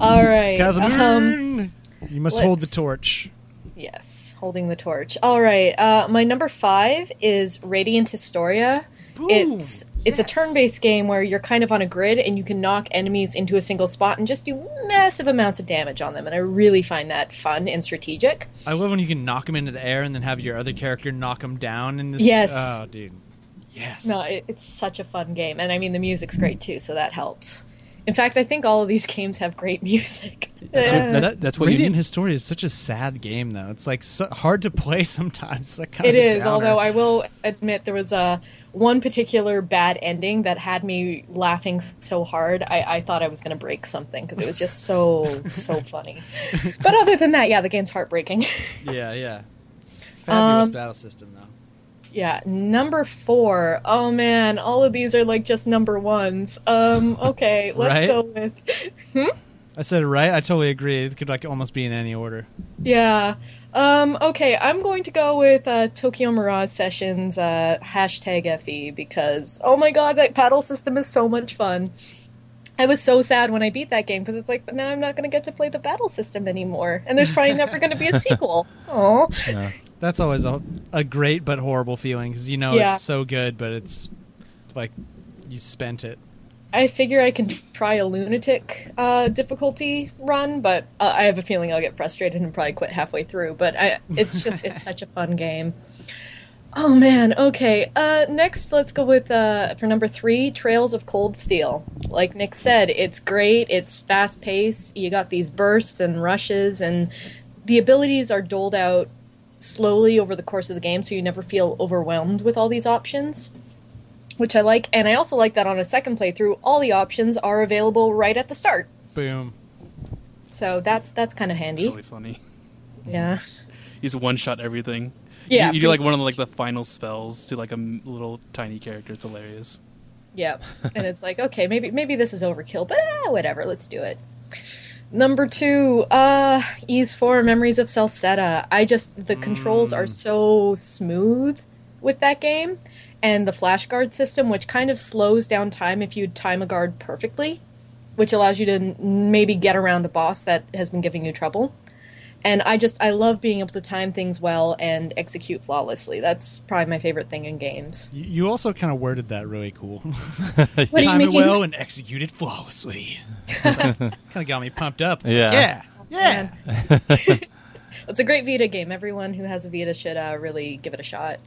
Speaker 5: All right. Um,
Speaker 2: Catherine. you must hold the
Speaker 5: let's-
Speaker 2: torch.
Speaker 5: yes, holding the torch. All right. Uh, my number five is Radiant Historia. it's it's a turn-based game where you're kind of on a grid and you can knock enemies into a single spot and just do massive amounts of damage on them. And I really find that fun and strategic.
Speaker 2: I love when you can knock him into the air and then have your other character knock him down. In this,
Speaker 5: Yes.
Speaker 2: oh, dude, yes.
Speaker 5: No, it, it's such a fun game, and I mean the music's great too, so that helps. In fact, I think all of these games have great music.
Speaker 4: That's
Speaker 5: Yeah.
Speaker 4: what, that, that's what you
Speaker 2: Radiant
Speaker 4: need.
Speaker 2: Historia is such a sad game, though. It's like so hard to play sometimes. It's like kind
Speaker 5: It
Speaker 2: of a
Speaker 5: is,
Speaker 2: downer.
Speaker 5: although I will admit there was a one particular bad ending that had me laughing s- so hard I, I thought I was going to break something because it was just so so funny. But other than that, yeah, the game's heartbreaking.
Speaker 2: yeah, yeah, fabulous
Speaker 5: Um,
Speaker 2: battle system though.
Speaker 5: yeah, number four. Oh man, all of these are like just number ones. Um, okay, let's
Speaker 2: Right?
Speaker 5: go with
Speaker 2: I said it right. I totally agree. It could like almost be in any order.
Speaker 5: Yeah. Um, okay, I'm going to go with uh, Tokyo Mirage Sessions uh, hashtag FE because oh my god, that paddle system is so much fun. I was so sad when I beat that game because it's like, but now I'm not going to get to play the battle system anymore, and there's probably never going to be a sequel. Oh,
Speaker 2: That's always a, a great but horrible feeling because you know
Speaker 5: Yeah.
Speaker 2: it's so good, but it's like you spent it.
Speaker 5: I figure I can try a lunatic uh, difficulty run, but uh, I have a feeling I'll get frustrated and probably quit halfway through. But I, it's just it's such a fun game. Oh man, okay. Uh, next, let's go with uh, for number three, Trails of Cold Steel. Like Nick said, it's great. It's fast paced. You got these bursts and rushes, and the abilities are doled out slowly over the course of the game, so you never feel overwhelmed with all these options which I like. And I also like that on a second playthrough, all the options are available right at the start.
Speaker 2: Boom.
Speaker 5: So that's that's kind of
Speaker 4: It's
Speaker 5: handy.
Speaker 4: really funny.
Speaker 5: Yeah.
Speaker 4: You just one shot everything.
Speaker 5: Yeah.
Speaker 4: you, you do like one of the, like the final spells to like a m- little tiny character. It's hilarious.
Speaker 5: Yeah. And it's like, okay, maybe maybe this is overkill, but ah, whatever, let's do it. Number two, uh, Ease 4 Memories of Salsetta. I just, the controls
Speaker 2: Mm.
Speaker 5: are so smooth with that game. And the flash guard system, which kind of slows down time if you time a guard perfectly, which allows you to n- maybe get around a boss that has been giving you trouble. And I just, I love being able to time things well and execute flawlessly. That's probably my favorite thing in games.
Speaker 2: You, you also kind of worded that really cool.
Speaker 5: What
Speaker 2: Time
Speaker 5: are you
Speaker 2: it
Speaker 5: making?
Speaker 2: well and execute it flawlessly. kind of got me pumped up.
Speaker 3: Yeah.
Speaker 2: Yeah.
Speaker 5: Yeah. it's a great Vita game. Everyone who has a Vita should uh, really give it a shot.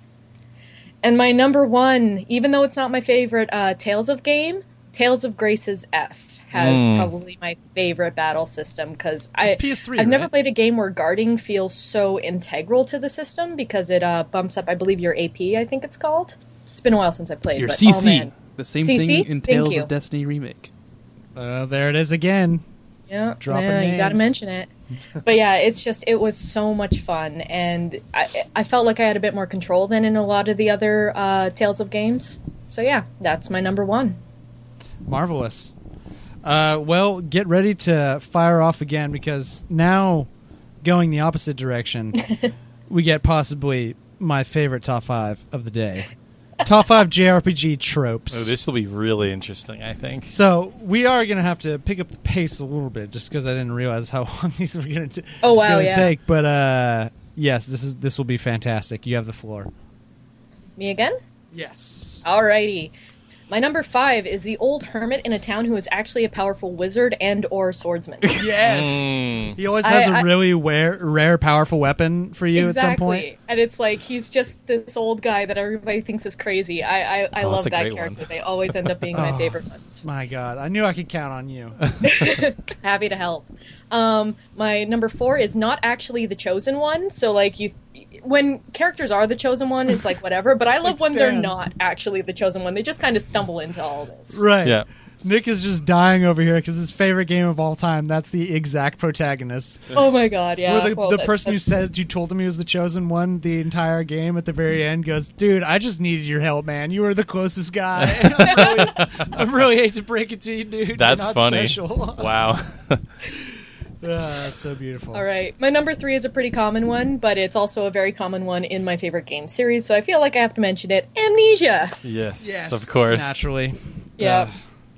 Speaker 5: And my number one, even though it's not my favorite uh, Tales of game, Tales of Grace's F has
Speaker 3: Mm.
Speaker 5: probably my favorite battle system because I
Speaker 2: It's PS3,
Speaker 5: I've never
Speaker 2: right?
Speaker 5: played a game where guarding feels so integral to the system because it uh, bumps up, I believe, your AP. I think it's called. It's been a while since I've played.
Speaker 4: Your
Speaker 5: but, Oh,
Speaker 4: CC,
Speaker 5: man.
Speaker 4: the same
Speaker 5: CC?
Speaker 4: thing in
Speaker 5: Thank
Speaker 4: Tales
Speaker 5: you.
Speaker 4: of Destiny remake.
Speaker 2: Uh, there it is again.
Speaker 5: Yeah,
Speaker 2: Dropping
Speaker 5: yeah, you got to
Speaker 2: names.
Speaker 5: mention it. But yeah, it's just it was so much fun, and I I felt like I had a bit more control than in a lot of the other uh, Tales of games. So yeah, that's my number one.
Speaker 2: Marvelous. Uh, well, get ready to fire off again because now going the opposite direction, we get possibly my favorite top five of the day. top five JRPG tropes.
Speaker 3: Oh, this will be really interesting, I think.
Speaker 2: so we are going to have to pick up the pace a little bit just because I didn't realize how long these were going to
Speaker 5: Oh, wow, yeah.
Speaker 2: take. But uh, yes, this is this will be fantastic. You have the floor.
Speaker 5: Me again.
Speaker 2: Yes.
Speaker 5: Alrighty. My number five is the old hermit in a town who is actually a powerful wizard and or swordsman.
Speaker 4: Yes.
Speaker 3: Mm.
Speaker 2: He always has a
Speaker 5: I- I-
Speaker 2: really rare, rare, powerful weapon for you
Speaker 5: exactly.
Speaker 2: at some point.
Speaker 5: And it's like he's just this old guy that everybody thinks is crazy. I I, I
Speaker 3: Oh,
Speaker 5: love
Speaker 3: that's a
Speaker 5: that
Speaker 3: great one.
Speaker 5: character. They always end up being
Speaker 2: Oh.
Speaker 5: my favorite ones.
Speaker 2: My God, I knew I could count on you.
Speaker 5: Happy to help. Um, my number four is not actually the chosen one. So like you, when characters are the chosen one, it's like whatever. But I love
Speaker 2: Like
Speaker 5: when they're
Speaker 2: Stan.
Speaker 5: not actually the chosen one. They just kind of stumble into all this.
Speaker 2: right.
Speaker 3: Yeah.
Speaker 2: Nick is just dying over here because his favorite game of all time. That's the exact protagonist.
Speaker 5: Oh my god, yeah.
Speaker 2: Where the,
Speaker 5: Well,
Speaker 2: the
Speaker 5: that-
Speaker 2: person who
Speaker 5: that's-
Speaker 2: said you told him he was the chosen one the entire game at the
Speaker 3: Mm.
Speaker 2: very end goes, "Dude, I just needed your help, man. You were the closest guy. I really, I really hate to break it to you, dude. You're
Speaker 3: That's
Speaker 2: not
Speaker 3: funny.
Speaker 2: special."
Speaker 3: Wow.
Speaker 2: Ah, so beautiful.
Speaker 5: All right, my number three is a pretty common one, but it's also a very common one in my favorite game series. So I feel like I have to mention it. Amnesia.
Speaker 3: yes. Of course.
Speaker 2: Naturally.
Speaker 5: Yeah.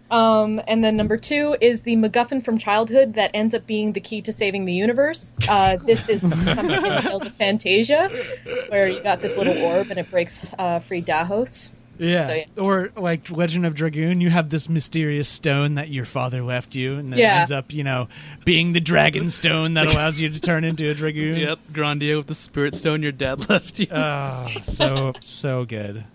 Speaker 5: Um, and then number two is the MacGuffin from childhood that ends up being the key to saving the universe. Uh, this is something in Tales of Fantasia, where you got this little orb and it breaks uh, free Dahos.
Speaker 2: Yeah.
Speaker 5: So, yeah.
Speaker 2: Or like Legend of Dragoon, you have this mysterious stone that your father left you, and then
Speaker 5: Yeah.
Speaker 2: ends up, you know, being the dragon stone that allows you to turn into a dragoon.
Speaker 4: Yep. Grandier with the spirit stone your dad left you.
Speaker 2: Oh, so so good.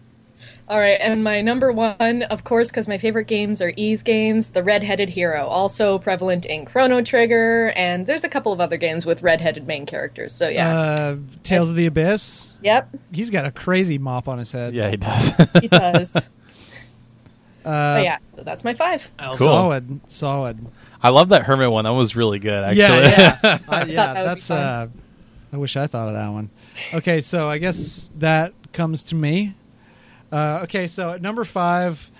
Speaker 5: All right, and my number one, of course, because my favorite games are Ease games, The Red-Headed Hero, also prevalent in Chrono Trigger, and there's a couple of other games with red-headed main characters. So yeah,
Speaker 2: Uh, Tales of the Abyss.
Speaker 5: yep,
Speaker 2: He's got a crazy mop on his head.
Speaker 3: Yeah, he does.
Speaker 5: he does.
Speaker 2: Uh,
Speaker 5: but yeah, so that's my five.
Speaker 2: cool.
Speaker 3: Cool.
Speaker 2: Solid, solid.
Speaker 3: I love that hermit one. That was really good, actually.
Speaker 2: Yeah, yeah, I, yeah.
Speaker 5: that would be
Speaker 2: That's.
Speaker 5: fun.
Speaker 2: Uh, I wish I thought of that one. Okay, so I guess that comes to me. Uh, okay, so at number five,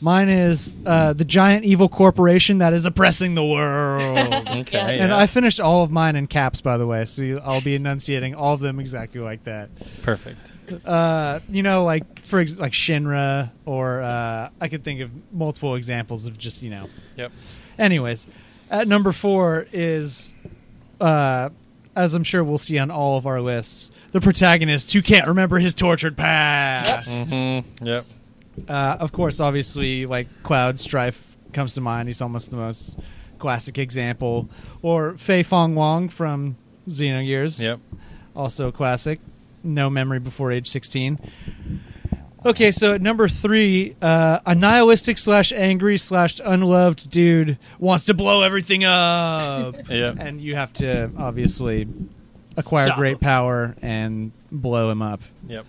Speaker 2: mine is uh, the giant evil corporation that is oppressing the world.
Speaker 3: okay.
Speaker 5: Yeah.
Speaker 2: And
Speaker 3: yeah.
Speaker 2: I finished all of mine in caps, by the way, so you- I'll be enunciating all of them exactly like that.
Speaker 3: Perfect.
Speaker 2: uh, you know, like for ex- like Shinra, or uh, I could think of multiple examples of just you know.
Speaker 3: Yep.
Speaker 2: Anyways, at number four is, uh, as I'm sure we'll see on all of our lists, the protagonist who can't remember his tortured past.
Speaker 3: Mm-hmm. Yep.
Speaker 2: Uh, of course, obviously, like Cloud Strife comes to mind. He's almost the most classic example, or Fei Fong Wong from Xenogears
Speaker 3: Yep.
Speaker 2: also a classic. No memory before age 16. Okay, so at number three, uh, a nihilistic slash angry slash unloved dude wants to blow everything up.
Speaker 3: Yep.
Speaker 2: and you have to obviously acquire
Speaker 4: Stop
Speaker 2: great
Speaker 4: him.
Speaker 2: power and blow him up.
Speaker 3: Yep.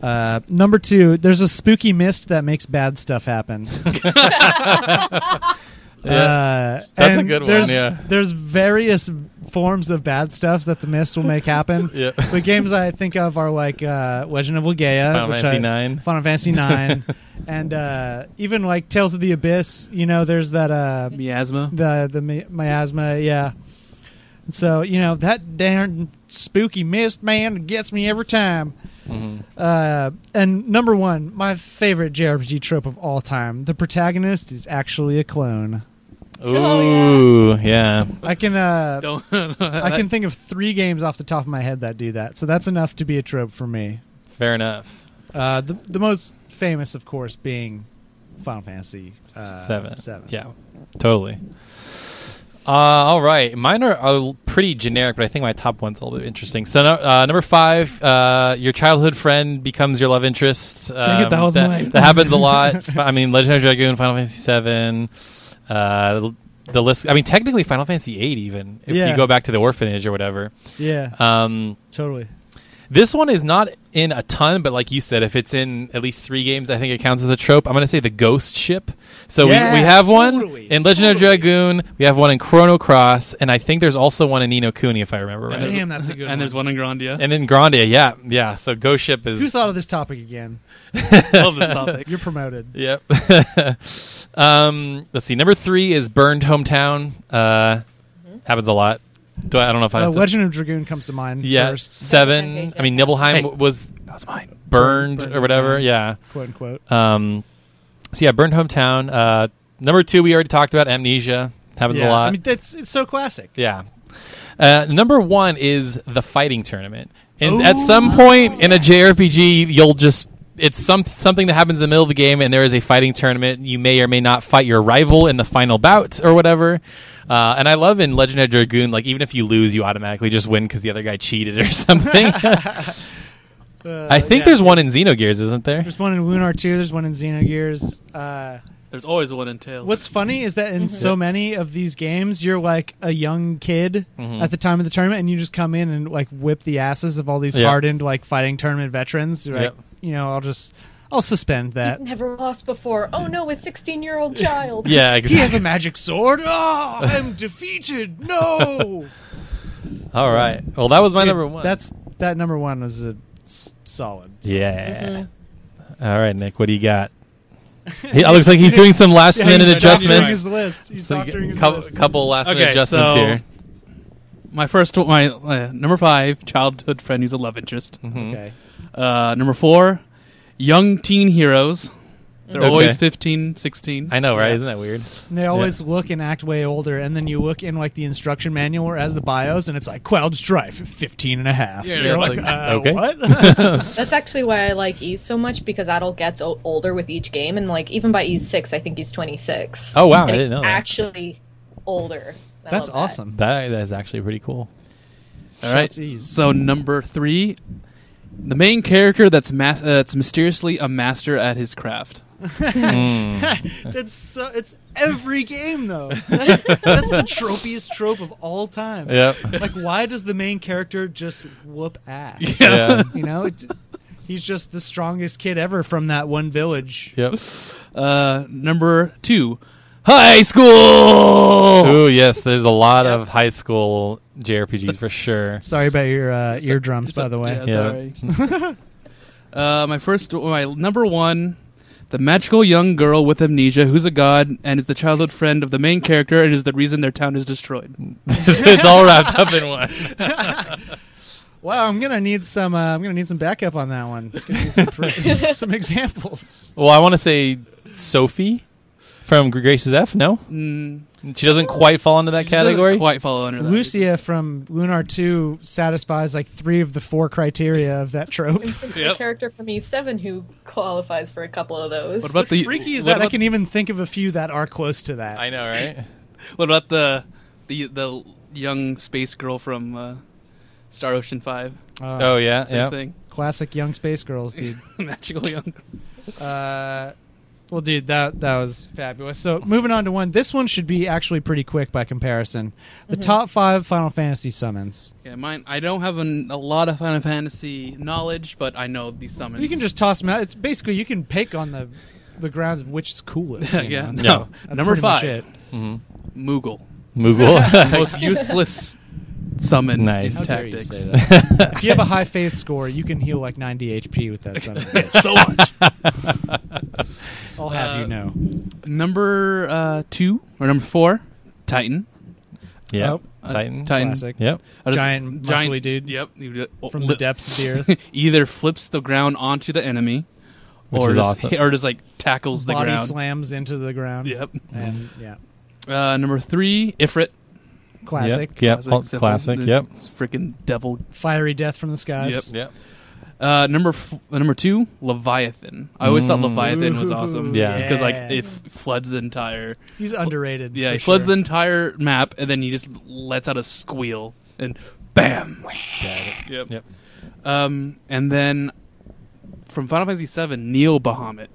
Speaker 2: Uh, number two, there's a spooky mist that makes bad stuff happen. Uh,
Speaker 3: That's a
Speaker 2: and
Speaker 3: good one,
Speaker 2: There's,
Speaker 3: yeah.
Speaker 2: there's various forms of bad stuff that the mist will make happen.
Speaker 3: Yeah.
Speaker 2: The games I think of are like uh, Legend of Legaia,
Speaker 3: Final
Speaker 2: which
Speaker 3: Fantasy
Speaker 2: I-
Speaker 3: nine.
Speaker 2: Final Fantasy Nine, and uh, even like Tales of the Abyss. You know, there's that uh,
Speaker 4: Miasma.
Speaker 2: the the mi- miasma. Yeah. So you know that darn spooky mist man gets me every time.
Speaker 3: Mm-hmm.
Speaker 2: Uh, and number one, my favorite JRPG trope of all time: the protagonist is actually a clone.
Speaker 3: Ooh.
Speaker 5: Oh,
Speaker 3: yeah.
Speaker 2: I can uh,
Speaker 4: Don't.
Speaker 2: I can think of three games off the top of my head that do that. So that's enough to be a trope for me.
Speaker 3: Fair enough.
Speaker 2: Uh, the the most famous, of course, being Final Fantasy uh,
Speaker 3: seven.
Speaker 2: Seven.
Speaker 3: Yeah. Totally. Uh, all right. Mine are, are l- pretty generic, but I think my top one's a little bit interesting. So, no, uh, number five, uh, your childhood friend becomes your love interest. Um,
Speaker 4: Dang it, that was
Speaker 3: that,
Speaker 4: mine.
Speaker 3: that happens a lot. I mean, Legend of Dragoon, Final Fantasy Seven, uh, the list. I mean, technically, Final Fantasy Eight, even if
Speaker 2: Yeah.
Speaker 3: you go back to the orphanage or whatever.
Speaker 2: Yeah.
Speaker 3: Um,
Speaker 2: totally.
Speaker 3: This one is not in a ton, but like you said, if it's in at least three games, I think it counts as a trope. I'm going to say the ghost ship. So
Speaker 2: Yeah,
Speaker 3: we, we have one
Speaker 2: totally,
Speaker 3: in Legend of Dragoon, we have one in Chrono Cross, and I think there's also one in Nino Kuni, if I remember right.
Speaker 4: there's-
Speaker 2: Damn, that's a good.
Speaker 4: and there's one in Grandia.
Speaker 3: And then Grandia, yeah, yeah. So ghost ship is
Speaker 2: Who thought of this topic again?
Speaker 4: love this topic.
Speaker 2: You're promoted.
Speaker 3: Yep. um, let's see. Number three is burned hometown. Uh, happens a lot. Do I, I don't know if I
Speaker 2: Uh,
Speaker 3: have to-
Speaker 2: Legend of Dragoon comes to mind
Speaker 3: yeah
Speaker 2: first,
Speaker 3: seven. I mean Nibelheim
Speaker 4: Hey.
Speaker 3: w- was
Speaker 4: That was mine.
Speaker 3: burned,
Speaker 2: Burned
Speaker 3: or whatever.
Speaker 2: hometown.
Speaker 3: Yeah.
Speaker 2: quote unquote.
Speaker 3: Um, so yeah, burned hometown. Uh, number two, we already talked about amnesia. Happens
Speaker 2: Yeah.
Speaker 3: a lot.
Speaker 2: I mean, that's it's so classic.
Speaker 3: yeah. Uh, number one is the fighting tournament, and at some point in a JRPG, you'll just it's some something that happens in the middle of the game, and there is a fighting tournament. You may or may not fight your rival in the final bout or whatever. Uh, and I love in Legendary Dragoon, like even if you lose, you automatically just win because the other guy cheated or something. I think there's one in Xenogears, isn't there?
Speaker 2: Uh, There's one in Lunar 2, there's one in Xenogears. Uh,
Speaker 4: There's always one in Tails.
Speaker 2: what's funny is that in so many of these games, you're like a young kid
Speaker 3: Mm-hmm.
Speaker 2: at the time of the tournament, and you just come in and like whip the asses of all these
Speaker 3: Yeah.
Speaker 2: hardened like fighting tournament veterans. You're like,
Speaker 3: Yep.
Speaker 2: you know, I'll just I'll suspend that.
Speaker 5: He's never lost before. Oh no, a 16 year old child.
Speaker 3: Yeah,
Speaker 2: He has
Speaker 3: exactly.
Speaker 2: a magic sword. Oh, I'm defeated. No.
Speaker 3: All right. Well, that was my
Speaker 2: Dude,
Speaker 3: number one.
Speaker 2: That's that number one is a s- solid.
Speaker 3: yeah. mm-hmm. All right, Nick. What do you got? He, it looks like he's doing some last
Speaker 2: Yeah,
Speaker 3: minute
Speaker 2: he's doctoring
Speaker 3: adjustments.
Speaker 2: His list. He's
Speaker 3: So you
Speaker 2: doctoring
Speaker 3: get
Speaker 2: his
Speaker 3: cou-
Speaker 2: list.
Speaker 3: couple last minute
Speaker 4: Okay,
Speaker 3: adjustments
Speaker 4: so-
Speaker 3: here.
Speaker 4: my first? one- My uh, number five, childhood friend who's a love interest.
Speaker 3: Mm-hmm.
Speaker 2: Okay.
Speaker 4: Uh, number four, young teen heroes. They're
Speaker 3: Okay.
Speaker 4: always 15, 16.
Speaker 3: I know, right? Isn't that weird?
Speaker 2: And they always look and act way older, and then you look in like the instruction manual or as the bios, and it's like Cloud Strife, 15 and a half.
Speaker 4: Yeah,
Speaker 2: You're
Speaker 4: yeah,
Speaker 2: like,
Speaker 4: like,
Speaker 2: uh,
Speaker 3: okay.
Speaker 2: What?
Speaker 5: That's actually why I like Ease so much because Adol gets o- older with each game, and like even by Ease six, I think he's 26.
Speaker 3: Oh, wow, I
Speaker 5: And
Speaker 3: didn't
Speaker 5: he's
Speaker 3: know that.
Speaker 5: Actually, older. I
Speaker 2: That's
Speaker 5: love that.
Speaker 2: awesome.
Speaker 3: That, that is actually pretty cool.
Speaker 4: All right.
Speaker 2: Shorties.
Speaker 4: So number three, the main character that's mas- uh, that's mysteriously a master at his craft.
Speaker 2: That's so. It's every game though. That's, that's the tropiest trope of all time.
Speaker 3: Yep.
Speaker 2: Like, why does the main character just whoop ass?
Speaker 3: Yeah.
Speaker 2: You know, it, he's just the strongest kid ever from that one village.
Speaker 3: yep.
Speaker 4: Uh, number two, high school.
Speaker 3: Oh yes, there's a lot of high school JRPGs for sure.
Speaker 2: Sorry about your uh, eardrums,
Speaker 4: It's
Speaker 2: by
Speaker 4: a-
Speaker 2: the way.
Speaker 4: Yeah, sorry. uh, my first, my number one, the magical young girl with amnesia who's a god and is the childhood friend of the main character and is the reason their town is destroyed.
Speaker 3: it's all wrapped up in one.
Speaker 2: Wow, I'm gonna need some. Uh, I'm gonna need some backup on that one. Gonna need some, pr- some examples.
Speaker 3: Well, I want to say Sophie from Grace's F. No,
Speaker 4: Mm,
Speaker 3: she doesn't quite fall into that category.
Speaker 4: doesn't quite follow under that.
Speaker 2: Lucia from Lunar Two satisfies like three of the four criteria of that trope.
Speaker 5: There's
Speaker 4: Yep.
Speaker 5: a character from Ease seven who qualifies for a couple of those.
Speaker 4: What about the
Speaker 2: Freaky is
Speaker 4: what
Speaker 2: that I
Speaker 4: about-
Speaker 2: can even think of a few that are close to that.
Speaker 3: I know, right?
Speaker 4: What about the the the young space girl from uh, Star Ocean Five?
Speaker 2: Uh,
Speaker 3: Oh yeah,
Speaker 4: Same
Speaker 3: yeah.
Speaker 4: thing.
Speaker 2: classic young space girls, dude.
Speaker 4: Magical young.
Speaker 2: Uh, well, dude, that that was fabulous. So moving on to one. This one should be actually pretty quick by comparison.
Speaker 4: Mm-hmm.
Speaker 2: The top five Final Fantasy summons.
Speaker 4: Yeah, mine. I don't have an, a lot of Final Fantasy knowledge, but I know these summons.
Speaker 2: You can just toss them out. It's basically you can pick on the the grounds of which is coolest. you know?
Speaker 4: yeah. No.
Speaker 3: Yeah.
Speaker 2: That's
Speaker 4: Number
Speaker 2: pretty much
Speaker 4: five,
Speaker 2: it.
Speaker 4: Moogle.
Speaker 3: Moogle.
Speaker 4: Most useless summon
Speaker 3: Nice.
Speaker 4: in
Speaker 2: How dare you
Speaker 4: tactics.
Speaker 2: say If you have a high faith score, you can heal like 90 HP with that summon.
Speaker 4: so much.
Speaker 2: I'll have you
Speaker 4: Uh,
Speaker 2: know.
Speaker 4: number uh, two or number four, Titan.
Speaker 3: yeah.
Speaker 2: Oh,
Speaker 3: Titan.
Speaker 4: Titan.
Speaker 2: Classic.
Speaker 3: Yep.
Speaker 4: I
Speaker 2: Giant, muscly dude.
Speaker 4: Yep. You-
Speaker 2: From
Speaker 4: li-
Speaker 2: the depths of the earth,
Speaker 4: Either flips the ground onto the enemy,
Speaker 3: Which
Speaker 4: or
Speaker 3: is
Speaker 4: just,
Speaker 3: awesome.
Speaker 4: or just like tackles the
Speaker 2: body
Speaker 4: ground.
Speaker 2: slams into the ground.
Speaker 4: Yep.
Speaker 2: And yeah,
Speaker 4: Uh, number three, Ifrit.
Speaker 2: classic.
Speaker 3: Yep. Yep. Classic.
Speaker 4: simple. The-
Speaker 3: Yep.
Speaker 4: It's freaking devil.
Speaker 2: Fiery death from the skies.
Speaker 3: Yep.
Speaker 4: Uh, number f- uh, number two, Leviathan. I always thought
Speaker 3: Mm.
Speaker 4: Leviathan was
Speaker 2: Ooh,
Speaker 4: awesome.
Speaker 3: Yeah.
Speaker 4: because like
Speaker 2: yeah.
Speaker 4: it f- floods the entire.
Speaker 2: He's underrated.
Speaker 4: Yeah,
Speaker 2: for
Speaker 4: it floods
Speaker 2: sure.
Speaker 4: the entire map, and then he just lets out a squeal and bam. Yep.
Speaker 3: Yep.
Speaker 4: Um, and then from Final Fantasy VII, Neil Bahamut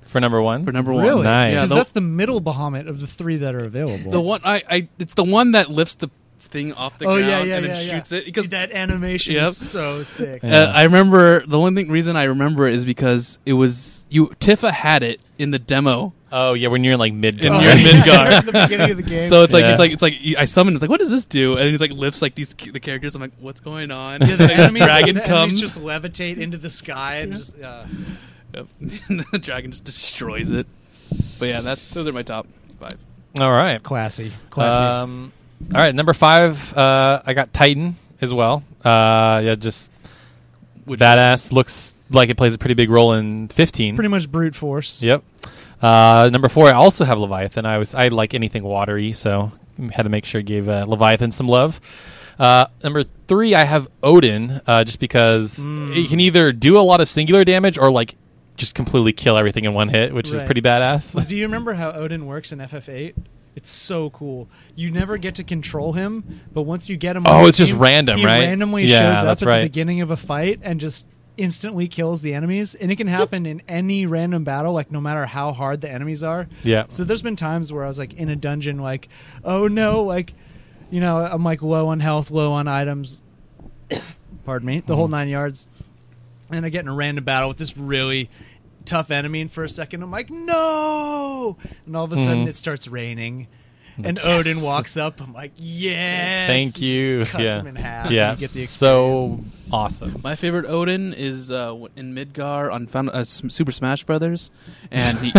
Speaker 3: For number one.
Speaker 4: for number
Speaker 2: Really?
Speaker 4: one.
Speaker 3: Nice.
Speaker 4: Yeah,
Speaker 2: 'Cause
Speaker 4: the,
Speaker 2: that's the middle Bahamut of the three that are available.
Speaker 4: the one I, I it's the one that lifts the thing off the
Speaker 2: oh
Speaker 4: ground
Speaker 2: yeah, yeah,
Speaker 4: and
Speaker 2: yeah,
Speaker 4: then
Speaker 2: yeah.
Speaker 4: shoots it because
Speaker 2: Dude, that animation
Speaker 4: Yep.
Speaker 2: is so sick.
Speaker 3: Yeah.
Speaker 4: Uh, I remember the only thing, reason I remember it is because it was you. Tifa had it in the demo,
Speaker 3: oh yeah, when you're in like mid.
Speaker 4: In
Speaker 2: Oh,
Speaker 4: your
Speaker 2: yeah,
Speaker 4: Midgar.
Speaker 2: at the beginning of the game.
Speaker 4: so it's like
Speaker 3: Yeah.
Speaker 4: it's like it's like I summoned. It's like what does this do? And he's like lifts like these the characters. I'm like, what's going on?
Speaker 2: Yeah, the
Speaker 4: Like, this
Speaker 2: enemies,
Speaker 4: dragon
Speaker 2: the
Speaker 4: comes.
Speaker 2: enemies just levitate into the sky and just. Uh,
Speaker 4: Yep. And the dragon just destroys it. But yeah, that those are my top five.
Speaker 3: All right.
Speaker 2: classy,
Speaker 3: Um, all right, number five. Uh, I got Titan as well. Uh, yeah, just badass. Looks like it plays a pretty big role in fifteen.
Speaker 2: Pretty much brute force.
Speaker 3: Yep. Uh, number four. I also have Leviathan. I was I like anything watery, so had to make sure I gave uh, Leviathan some love. Uh, number
Speaker 2: Mm.
Speaker 3: three, I have Odin, uh, just because you can either do a lot of singular damage or like just completely kill everything in one hit, which is
Speaker 2: Right.
Speaker 3: pretty badass.
Speaker 2: Do you remember how Odin works in FF8? It's so cool. You never get to control him, but once you get him, on
Speaker 3: Oh,
Speaker 2: your
Speaker 3: it's just
Speaker 2: team,
Speaker 3: random,
Speaker 2: he
Speaker 3: right?
Speaker 2: randomly
Speaker 3: Yeah,
Speaker 2: shows up
Speaker 3: that's
Speaker 2: at
Speaker 3: right.
Speaker 2: the beginning of a fight and just instantly kills the enemies, and it can happen in any random battle, like no matter how hard the enemies are.
Speaker 3: Yeah.
Speaker 2: So there's been times where I was like in a dungeon, like, oh no, like, you know, I'm like low on health, low on items. Pardon me, the
Speaker 3: Mm-hmm.
Speaker 2: whole nine yards and I get in a random battle with this really tough enemy, and for a second I'm like, no! And all of a sudden
Speaker 3: Mm-hmm.
Speaker 2: it starts raining, and Odin walks up. I'm like, yes!
Speaker 3: Thank
Speaker 2: He
Speaker 3: you.
Speaker 2: Just cuts
Speaker 3: yeah,
Speaker 2: him in half. and
Speaker 3: yeah.
Speaker 2: you get the
Speaker 3: so awesome.
Speaker 4: My favorite Odin is uh, w- in Midgar on Found- uh, S- Super Smash Brothers, and he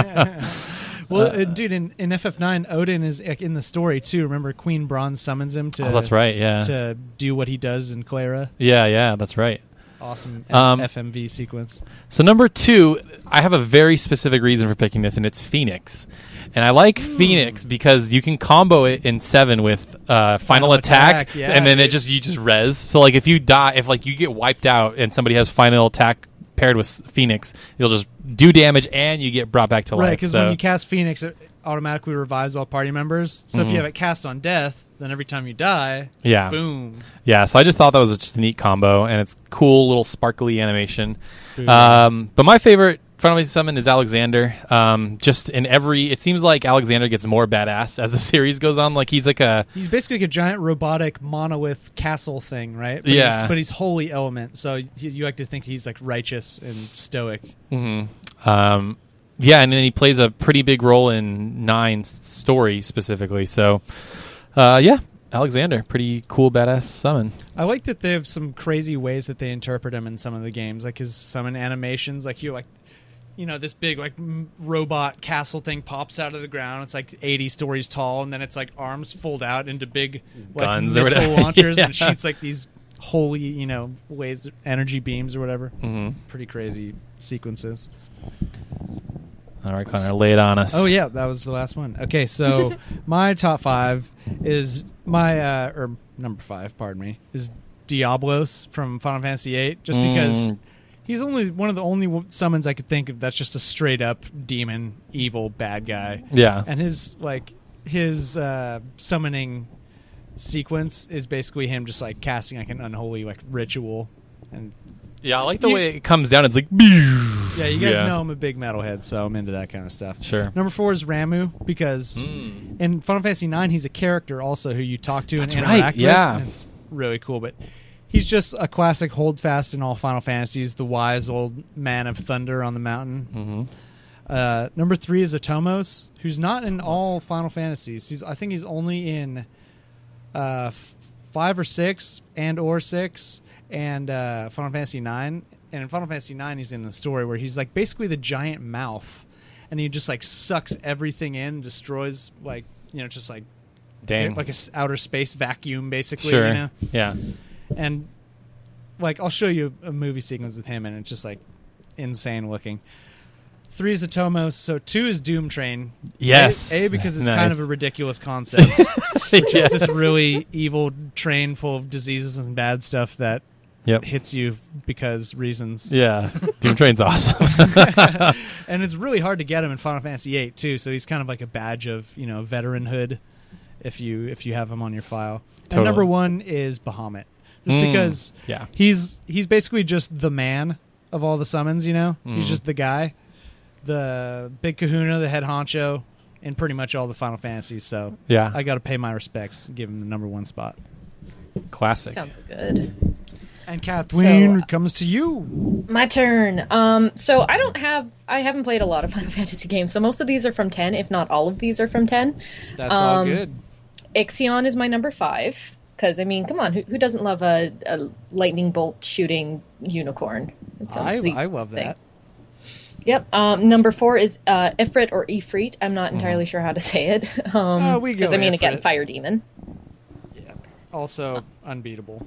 Speaker 2: experience. well, uh, dude, in, in FF9, Odin is like, in the story too. Remember, Queen Bronze summons him to
Speaker 3: Oh, that's right. Yeah,
Speaker 2: to do what he does in Clara.
Speaker 3: yeah, yeah. That's right.
Speaker 2: Awesome
Speaker 3: Um,
Speaker 2: FMV sequence.
Speaker 3: So number two, I have a very specific reason for picking this, and it's Phoenix. And I like
Speaker 2: Hmm.
Speaker 3: Phoenix because you can combo it in seven with uh, final,
Speaker 2: Final
Speaker 3: attack,
Speaker 2: attack, yeah,
Speaker 3: and then it
Speaker 2: dude.
Speaker 3: just you just res. So like if you die, if like you get wiped out, and somebody has final attack paired with s- Phoenix, you'll just do damage and you get brought back to life.
Speaker 2: Right, because
Speaker 3: So-
Speaker 2: when you cast Phoenix, it automatically revives all party members. So if you have it cast on death, then every time you die,
Speaker 3: Mm-hmm. yeah,
Speaker 2: boom.
Speaker 3: Yeah, so I just thought that was just a neat combo, and it's cool little sparkly animation. Um, but my favorite Final Fantasy Summon is Alexander. Um, just in every, it seems like Alexander gets more badass as the series goes on. Like he's like a
Speaker 2: He's basically like a giant robotic monolith castle thing, right? But
Speaker 3: Yeah.
Speaker 2: He's, but he's holy element, so you, you like to think he's like righteous and stoic.
Speaker 3: Um, yeah, and then he plays a pretty big role in Nine's story specifically. So, uh, yeah, Alexander, pretty cool badass summon.
Speaker 2: I like that they have some crazy ways that they interpret him in some of the games, like his summon animations. Like you're like, you know, this big like m- robot castle thing pops out of the ground. It's like 80 stories tall, and then it's like arms fold out into big like,
Speaker 3: Guns or
Speaker 2: missile
Speaker 3: whatever.
Speaker 2: launchers and
Speaker 3: Yeah.
Speaker 2: shoots like these holy, you know, ways energy beams or whatever.
Speaker 3: Mm-hmm.
Speaker 2: Pretty crazy sequences.
Speaker 3: All right, Connor, lay it on us.
Speaker 2: Oh yeah, that was the last one. Okay, so my top five is my uh, or number five, pardon me, is Diablos from Final Fantasy VIII. Just because
Speaker 3: Mm.
Speaker 2: he's only one of the only w- summons I could think of that's just a straight up demon, evil, bad guy,
Speaker 3: yeah,
Speaker 2: and his like his uh, summoning sequence is basically him just like casting like an unholy like ritual. And
Speaker 3: yeah. I like the
Speaker 2: You-
Speaker 3: way it comes down. It's like
Speaker 2: yeah, you guys know I'm a big metalhead, so I'm into that kind of stuff.
Speaker 3: Sure.
Speaker 2: Number four is Ramu because in Final Fantasy IX, he's a character also who you talk to
Speaker 3: That's
Speaker 2: and
Speaker 3: right,
Speaker 2: interact with.
Speaker 3: yeah.
Speaker 2: and it's really cool. But he's just a classic holdfast in all Final Fantasies, the wise old man of thunder on the mountain. Mm-hmm. Uh, number three is Atomos, who's not in all Final Fantasies. He's I think he's only in uh, f- five or six and or six and uh, Final Fantasy nine. And in Final Fantasy nine, he's in the story where he's like basically the giant mouth, and he just like sucks everything in, destroys like you know just like
Speaker 3: Dang.
Speaker 2: like a s- outer space vacuum basically.
Speaker 3: sure.
Speaker 2: You know?
Speaker 3: Yeah.
Speaker 2: and like I'll show you a movie sequence with him, and it's just like insane looking. Three is Atomos, so two is Doom Train.
Speaker 3: Yes.
Speaker 2: a, A, because it's kind
Speaker 3: Nice.
Speaker 2: of a ridiculous concept.
Speaker 3: Yeah.
Speaker 2: Just this really evil train full of diseases and bad stuff that
Speaker 3: Yep.
Speaker 2: hits you because reasons.
Speaker 3: Yeah. Doom Train's awesome.
Speaker 2: And it's really hard to get him in Final Fantasy VIII too, so he's kind of like a badge of you know veteranhood if you if you have him on your file.
Speaker 3: Totally.
Speaker 2: And number one is Bahamut, just
Speaker 3: Mm,
Speaker 2: because
Speaker 3: yeah.
Speaker 2: he's he's basically just the man of all the summons. You know,
Speaker 3: Hmm.
Speaker 2: he's just the guy, the big Kahuna, the head honcho, in pretty much all the Final Fantasies. So
Speaker 3: Yeah.
Speaker 2: I got to pay my respects, and give him the number one spot.
Speaker 3: Classic.
Speaker 5: Sounds good.
Speaker 2: And Kathleen
Speaker 5: So- uh, Um,
Speaker 2: comes to you.
Speaker 5: My turn. Um, so I don't have, I haven't played a lot of Final Fantasy games, so most of these are from 10, if not all of these are from 10.
Speaker 2: That's all
Speaker 5: Um,
Speaker 2: good.
Speaker 5: Ixion is my number five because I mean, come on, who, who doesn't love a, a lightning bolt shooting unicorn? It's a
Speaker 2: I,
Speaker 5: Zeke
Speaker 2: I love
Speaker 5: thing.
Speaker 2: that.
Speaker 5: Yep. Um, number four is uh, Ifrit or Ifrit. I'm not entirely sure how to say it. Um,
Speaker 2: Uh, Mm-hmm. we go
Speaker 5: because I mean, again,
Speaker 2: Ifrit.
Speaker 5: fire demon.
Speaker 2: Also unbeatable.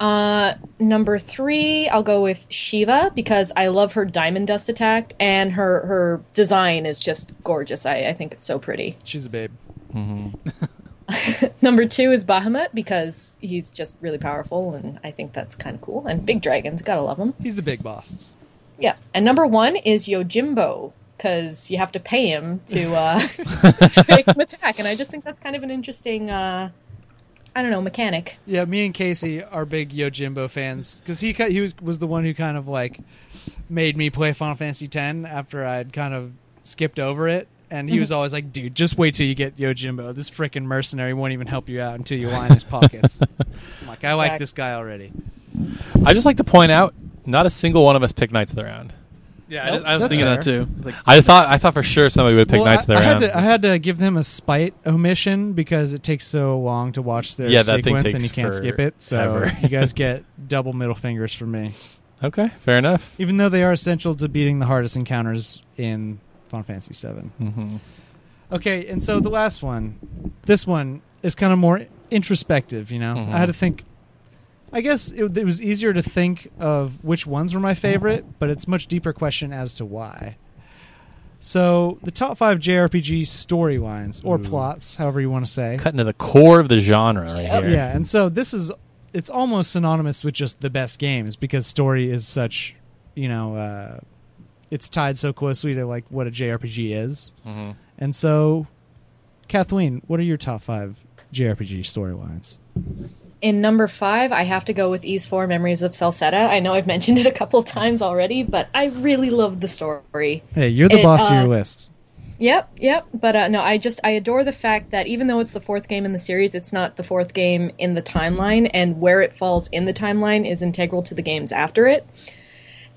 Speaker 5: Uh, number three, I'll go with Shiva because I love her diamond dust attack and her her design is just gorgeous. I, I think it's so pretty.
Speaker 2: She's a babe.
Speaker 5: Number two is Bahamut because he's just really powerful and I think that's kind of cool. And big dragons, gotta love them.
Speaker 2: He's the big boss.
Speaker 5: Yeah, and number one is Yojimbo because you have to pay him to uh, make him attack, and I just think that's kind of an interesting, uh, I don't know, mechanic.
Speaker 2: Yeah, me and Casey are big Yojimbo fans because he ki- he was was the one who kind of like made me play Final Fantasy X after I'd kind of skipped over it, and he was always like, "Dude, just wait till you get Yojimbo. This frickin' mercenary won't even help you out until you line his pockets." I'm like, I like
Speaker 5: Exact-
Speaker 2: this guy already.
Speaker 3: I just like to point out, not a single one of us picked Knights of the Round.
Speaker 4: Yeah,
Speaker 2: Nope,
Speaker 4: I, I was
Speaker 2: that's
Speaker 4: thinking
Speaker 2: fair.
Speaker 4: that too. It's like,
Speaker 3: I thought I thought for sure somebody would pick
Speaker 2: Well,
Speaker 3: Knights of
Speaker 2: I,
Speaker 3: the
Speaker 2: I had
Speaker 3: Round.
Speaker 2: to, I had to give them a spite omission because it takes so long to watch their
Speaker 3: Yeah, that thing
Speaker 2: sequence, and
Speaker 3: takes
Speaker 2: you can't skip it. So
Speaker 3: forever.
Speaker 2: you guys get double middle fingers from me.
Speaker 3: okay, fair enough.
Speaker 2: even though they are essential to beating the hardest encounters in Final Fantasy VII.
Speaker 3: Mm-hmm.
Speaker 2: Okay, and so the last one, this one is kind of more introspective. You know,
Speaker 3: Mhm.
Speaker 2: I had to think. I guess it, it was easier to think of which ones were my favorite, but it's much deeper question as to why. So the top five JRPG storylines or plots, however you want to say.
Speaker 3: Cutting to the core of the genre right here.
Speaker 2: Yeah, and so this is it's almost synonymous with just the best games because story is such, you know, uh, it's tied so closely to like what a JRPG is.
Speaker 3: Mhm.
Speaker 2: And so, Kathleen, what are your top five JRPG storylines?
Speaker 5: In number five, I have to go with Ease 4 Memories of Salsetta. I know I've mentioned it a couple times already, but I really loved the story.
Speaker 2: Hey, you're the
Speaker 5: It,
Speaker 2: boss of
Speaker 5: uh,
Speaker 2: your list.
Speaker 5: Yep, yep. But uh, no, I just I adore the fact that even though it's the fourth game in the series, it's not the fourth game in the timeline, and where it falls in the timeline is integral to the games after it.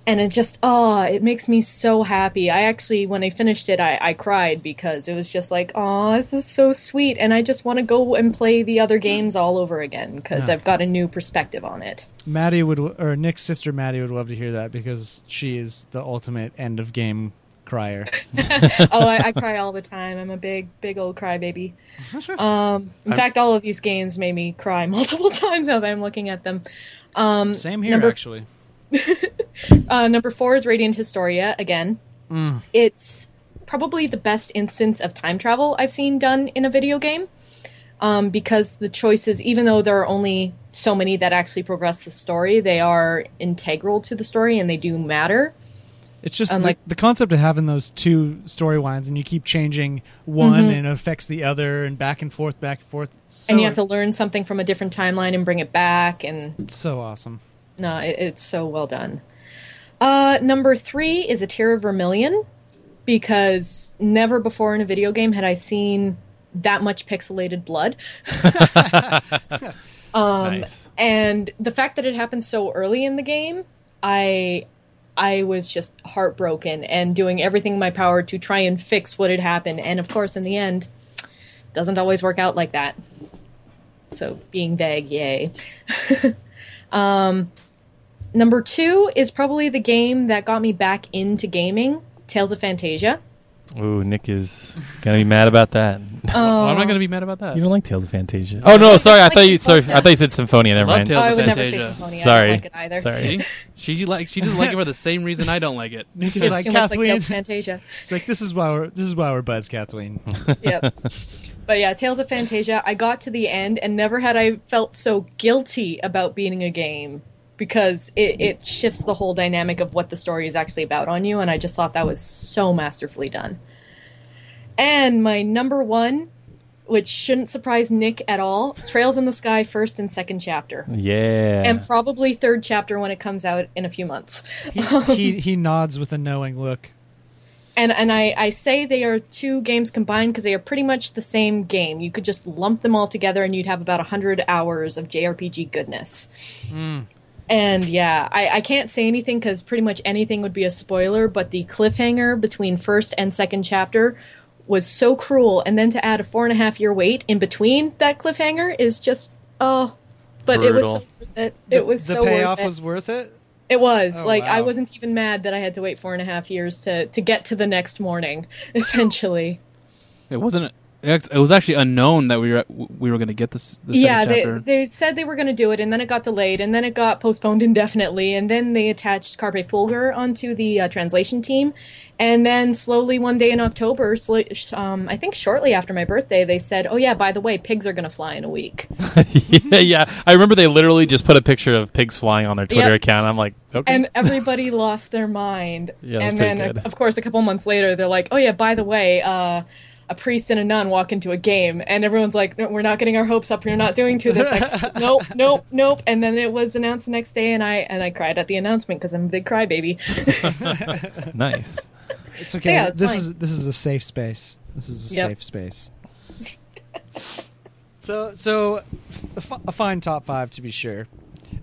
Speaker 5: And it just oh, it makes me so happy. I actually when I finished it, I, I cried because it was just like oh, this is so sweet, and I just want to go and play the other games all over again because I've got a new perspective on it.
Speaker 2: Maddie would, or Nick's sister Maddie would love to hear that because she is the ultimate end of game crier.
Speaker 5: oh, I, I cry all the time. I'm a big, big old crybaby. Um, in fact, all of these games made me cry multiple times now that I'm looking at them. Um,
Speaker 2: Same here,
Speaker 5: Number-
Speaker 2: actually.
Speaker 5: uh, number four is Radiant Historia again. It's probably the best instance of time travel I've seen done in a video game um, because the choices, even though there are only so many that actually progress the story, they are integral to the story and they do matter.
Speaker 2: It's just
Speaker 5: Unlike-
Speaker 2: the, the concept of having those two storylines and you keep changing one and it affects the other and back and forth, back and forth. It's So,
Speaker 5: Mm-hmm. and you have to learn something from a different timeline and bring it back and
Speaker 2: it's so awesome.
Speaker 5: No, it, it's so well done. Uh, number three is a tear of vermilion because never before in a video game had I seen that much pixelated blood. Um,
Speaker 3: nice.
Speaker 5: And the fact that it happened so early in the game, I I was just heartbroken and doing everything in my power to try and fix what had happened. And of course, in the end, doesn't always work out like that. So being vague, yay. um, number two is probably the game that got me back into gaming, Tales of Fantasia.
Speaker 3: Ooh, Nick is gonna be mad about that.
Speaker 4: well, I'm not gonna be mad about that.
Speaker 3: you don't like Tales of Fantasia? Oh no, sorry. I
Speaker 5: like
Speaker 3: thought you sorry.
Speaker 5: Symphonia.
Speaker 3: I thought you said Symphonia. Never
Speaker 4: Love
Speaker 3: mind.
Speaker 4: Tales
Speaker 5: Oh, I
Speaker 4: of
Speaker 5: would never
Speaker 4: Fantasia.
Speaker 5: say Symphonia.
Speaker 3: Sorry.
Speaker 5: I don't like it either.
Speaker 3: Sorry.
Speaker 4: See? she like she doesn't like it for the same reason I don't like it.
Speaker 2: Nick is
Speaker 5: It's
Speaker 2: like
Speaker 5: too much like
Speaker 2: Kathleen.
Speaker 5: Tales of Fantasia.
Speaker 2: it's like this is why we're this is why we're buds, Kathleen.
Speaker 5: yep. But yeah, Tales of Fantasia, I got to the end and never had I felt so guilty about beating a game because it, it shifts the whole dynamic of what the story is actually about on you. And I just thought that was so masterfully done. And my number one, which shouldn't surprise Nick at all Trails in the Sky, first and second chapter.
Speaker 3: Yeah.
Speaker 5: And probably third chapter when it comes out in a few months.
Speaker 2: He, he he nods with a knowing look.
Speaker 5: and and I, I say they are two games combined because they are pretty much the same game. You could just lump them all together and you'd have about 100 hours of JRPG goodness.
Speaker 2: Hmm.
Speaker 5: And yeah, I, I can't say anything because pretty much anything would be a spoiler, but the cliffhanger between first and second chapter was so cruel. And then to add a four and a half year wait in between that cliffhanger is just, oh. But it was so
Speaker 3: Brutal.
Speaker 5: worth it. It was
Speaker 2: the
Speaker 5: so
Speaker 2: payoff
Speaker 5: worth it.
Speaker 2: was worth it.
Speaker 5: It was
Speaker 2: Oh,
Speaker 5: like I
Speaker 2: wow.
Speaker 5: wasn't even mad that I had to wait four and a half years to to get to the next morning. Essentially,
Speaker 4: It wasn't It's- It was actually unknown that we were we were going to get this. The
Speaker 5: yeah,
Speaker 4: second
Speaker 5: they,
Speaker 4: chapter.
Speaker 5: they said they were going to do it, and then it got delayed, and then it got postponed indefinitely, and then they attached Carpe Fulger onto the uh, translation team, and then slowly one day in October, sl- um, I think shortly after my birthday, they said, "Oh yeah, by the way, pigs are going to fly in a week,"
Speaker 3: yeah, yeah. I remember they literally just put a picture of pigs flying on their Twitter
Speaker 5: Yep.
Speaker 3: account. I'm like, okay.
Speaker 5: and everybody lost their mind.
Speaker 3: Yeah, that's
Speaker 5: and
Speaker 3: pretty
Speaker 5: then,
Speaker 3: good.
Speaker 5: of course, a couple months later, they're like, "Oh yeah, by the way." Uh, a priest and a nun walk into a game, and everyone's like, no, "We're not getting our hopes up. You're not doing to this." Ex- nope, nope, nope. And then it was announced the next day, and I and I cried at the announcement because I'm a big crybaby.
Speaker 3: nice.
Speaker 2: It's okay.
Speaker 5: yeah, it's
Speaker 2: this
Speaker 5: fine.
Speaker 2: is this is a safe space. This is a
Speaker 5: Yep.
Speaker 2: safe space. so so f- a fine top five to be sure.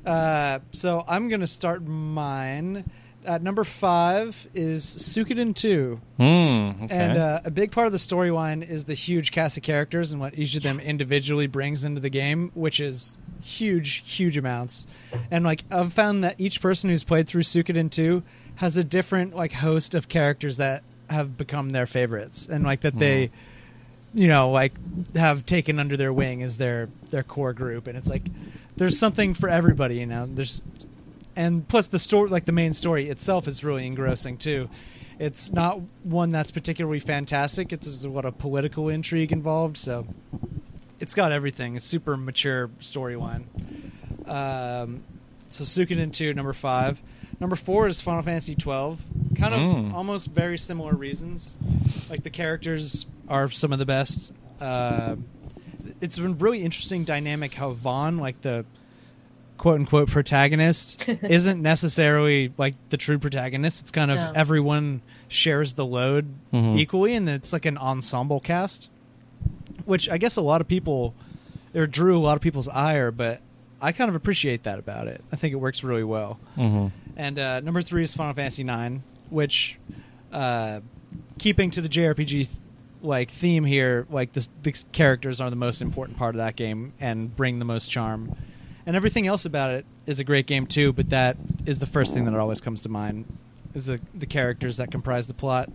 Speaker 2: Uh, so I'm gonna start mine. At number five is Suikoden two,
Speaker 3: Mm, okay.
Speaker 2: and uh, a big part of the storyline is the huge cast of characters and what each of them individually brings into the game, which is huge, huge amounts. And like I've found that each person who's played through Suikoden two has a different like host of characters that have become their favorites, and like that they, you know, like have taken under their wing as their their core group. And it's like there's something for everybody, you know. There's and plus the story like the main story itself is really engrossing too it's not one that's particularly fantastic it's just what a political intrigue involved so it's got everything it's super mature storyline um, so Suikoden 2 number 5 number 4 is Final Fantasy 12 kind of
Speaker 3: Mm.
Speaker 2: almost very similar reasons like the characters are some of the best uh, it's been really interesting dynamic how Vaughn like the quote unquote protagonist isn't necessarily like the true protagonist. It's kind of
Speaker 5: No.
Speaker 2: everyone shares the load
Speaker 3: Mhm.
Speaker 2: equally, and it's like an ensemble cast, which I guess a lot of people or drew a lot of people's ire, but I kind of appreciate that about it. I think it works really well.
Speaker 3: Mhm.
Speaker 2: And uh, number three is Final Fantasy IX, which, uh, keeping to the JRPG th- like theme here, like the, the characters are the most important part of that game and bring the most charm. And everything else about it is a great game too, but that is the first thing that always comes to mind is the the characters that comprise the plot,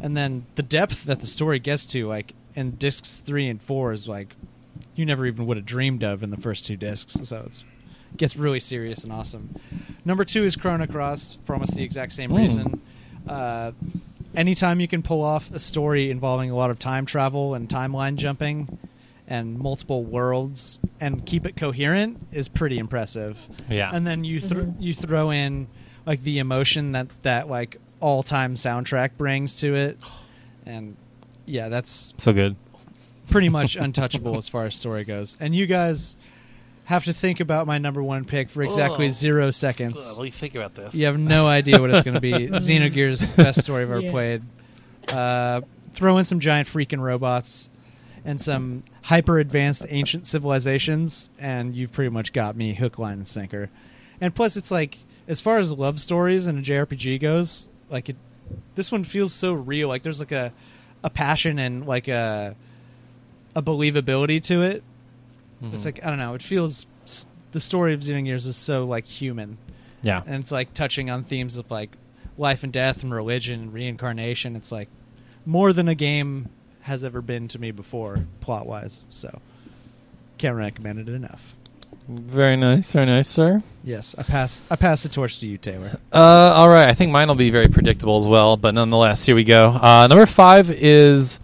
Speaker 2: and then the depth that the story gets to, like in discs three and four, is like you never even would have dreamed of in the first two discs. So it's gets really serious and awesome. Number two is Chrono Cross for almost the exact same
Speaker 3: Mm.
Speaker 2: reason. Uh, anytime you can pull off a story involving a lot of time travel and timeline jumping and multiple worlds and keep it coherent is pretty impressive.
Speaker 3: Yeah.
Speaker 2: And then you thro- you throw in like the emotion that that like all time soundtrack brings to it, and yeah, that's
Speaker 3: so good.
Speaker 2: pretty much untouchable as far as story goes. And you guys have to think about my number one pick for exactly
Speaker 3: Oh.
Speaker 2: zero seconds.
Speaker 3: you think about this?
Speaker 2: You have no idea what it's going to be. Xenogears, best story I've ever
Speaker 5: Yeah.
Speaker 2: played. Uh, throw in some giant freaking robots and some hyper advanced ancient civilizations, and you've pretty much got me hook, line, and sinker. And plus, it's like, as far as love stories and a JRPG goes, like, it, this one feels so real. Like, there's like a, a passion and like a, a believability to it.
Speaker 3: Mm-hmm.
Speaker 2: It's like, I don't know, it feels, s- the story of Xenogears is so like human
Speaker 3: Yeah.
Speaker 2: and it's like touching on themes of like life and death and religion and reincarnation. It's like more than a game has ever been to me before, plot wise. So can't recommend it enough.
Speaker 3: Very nice. Very nice, sir.
Speaker 2: Yes, I pass. I pass the torch to you, Taylor.
Speaker 3: Uh, all right. I think mine will be very predictable as well, but nonetheless, here we go. Uh, number five is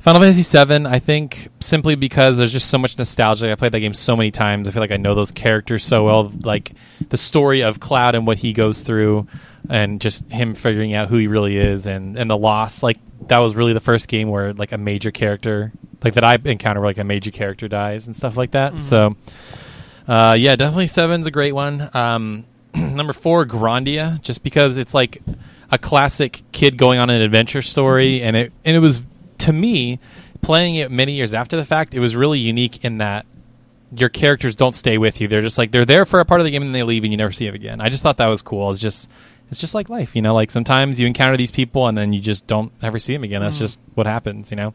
Speaker 3: Final Fantasy VII. I think simply because there's just so much nostalgia. I played that game so many times. I feel like I know those characters so well. Like the story of Cloud and what he goes through, and just him figuring out who he really is, and and the loss. Like that was really the first game where like a major character, like that I encountered, where like a major character dies and stuff like that. So. Uh, yeah, definitely seven's a great one. Um, number four, Grandia, just because it's like a classic kid going on an adventure story, and it and it was to me playing it many years after the fact. It was really unique in that your characters don't stay with you. They're just like they're there for a part of the game and they leave and you never see them again. I just thought that was cool. It's just it's just like life, you know. Like sometimes you encounter these people and then you just don't ever see them again. That's just what happens, you know.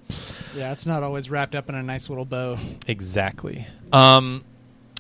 Speaker 2: Yeah, it's not always wrapped up in a nice little bow.
Speaker 3: Exactly. Um,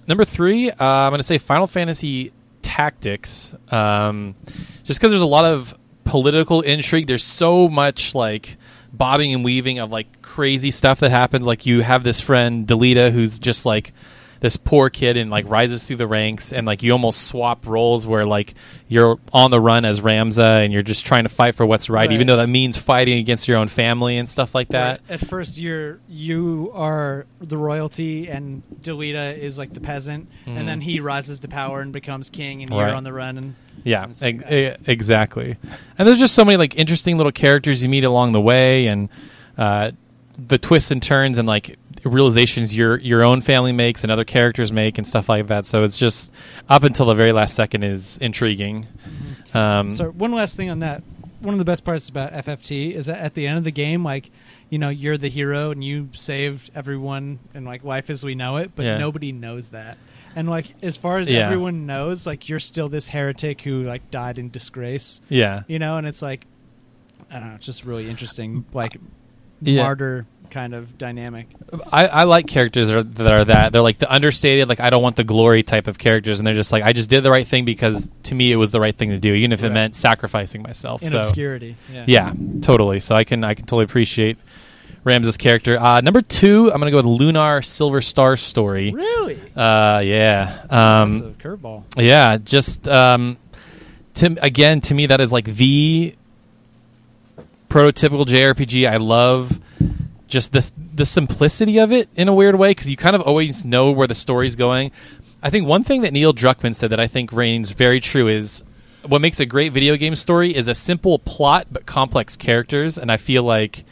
Speaker 3: number three, uh, I'm going to say Final Fantasy Tactics, um, just because there's a lot of political intrigue. There's so much like bobbing and weaving of like crazy stuff that happens. Like you have this friend Delita who's just like this poor kid and like rises through the ranks and like you almost swap roles where like you're on the run as Ramza and you're just trying to fight for what's right,
Speaker 2: Right.
Speaker 3: even though that means fighting against your own family and stuff like that.
Speaker 2: At first, you're you are the royalty, and Delita is like the peasant, and then he rises to power and becomes king, and
Speaker 3: Mm. Right.
Speaker 2: you're on the run. And
Speaker 3: Yeah,
Speaker 2: It's
Speaker 3: ex-
Speaker 2: like
Speaker 3: e- exactly. And there's just so many like interesting little characters you meet along the way, and uh, the twists and turns and like realizations your your own family makes and other characters make and stuff like that. So it's just up until the very last second is intriguing. Um,
Speaker 2: Mm-hmm. so, one last thing on that. One of the best parts about FFT is that at the end of the game, like you know, you're the hero and you saved everyone and like life as we know it, but
Speaker 3: Yeah.
Speaker 2: nobody knows that. And like as far as
Speaker 3: Yeah.
Speaker 2: everyone knows, like you're still this heretic who like died in disgrace.
Speaker 3: yeah,
Speaker 2: you know and it's like i don't know it's just really interesting like
Speaker 3: Yeah.
Speaker 2: martyr kind of dynamic
Speaker 3: I, I like characters that are, that are that they're like the understated, like I don't want the glory type of characters, and they're just like I just did the right thing because to me it was the right thing to do, even if it
Speaker 2: Right.
Speaker 3: meant sacrificing myself.
Speaker 2: in
Speaker 3: so.
Speaker 2: obscurity yeah
Speaker 3: Yeah, totally. So I can I can totally appreciate Ramses' character. Uh, number two, I'm gonna go with Lunar Silver Star story.
Speaker 2: really
Speaker 3: Uh, yeah.
Speaker 2: That's
Speaker 3: Um,
Speaker 2: a curveball
Speaker 3: yeah. Just um, to again to me that is like the prototypical JRPG. I love just this the simplicity of it in a weird way because you kind of always know where the story's going. I think one thing that Neil Druckmann said that I think reigns very true is what makes a great video game story is a simple plot but complex characters, and I feel like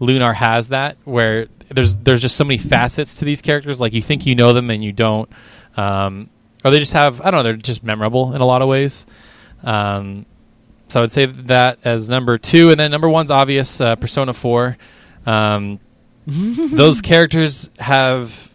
Speaker 3: Lunar has that where there's there's just so many facets to these characters. Like you think you know them and you don't, um, or they just have I don't know they're just memorable in a lot of ways. Um, so I would say that as number two, and then number one's obvious uh, Persona Four. Um, those characters have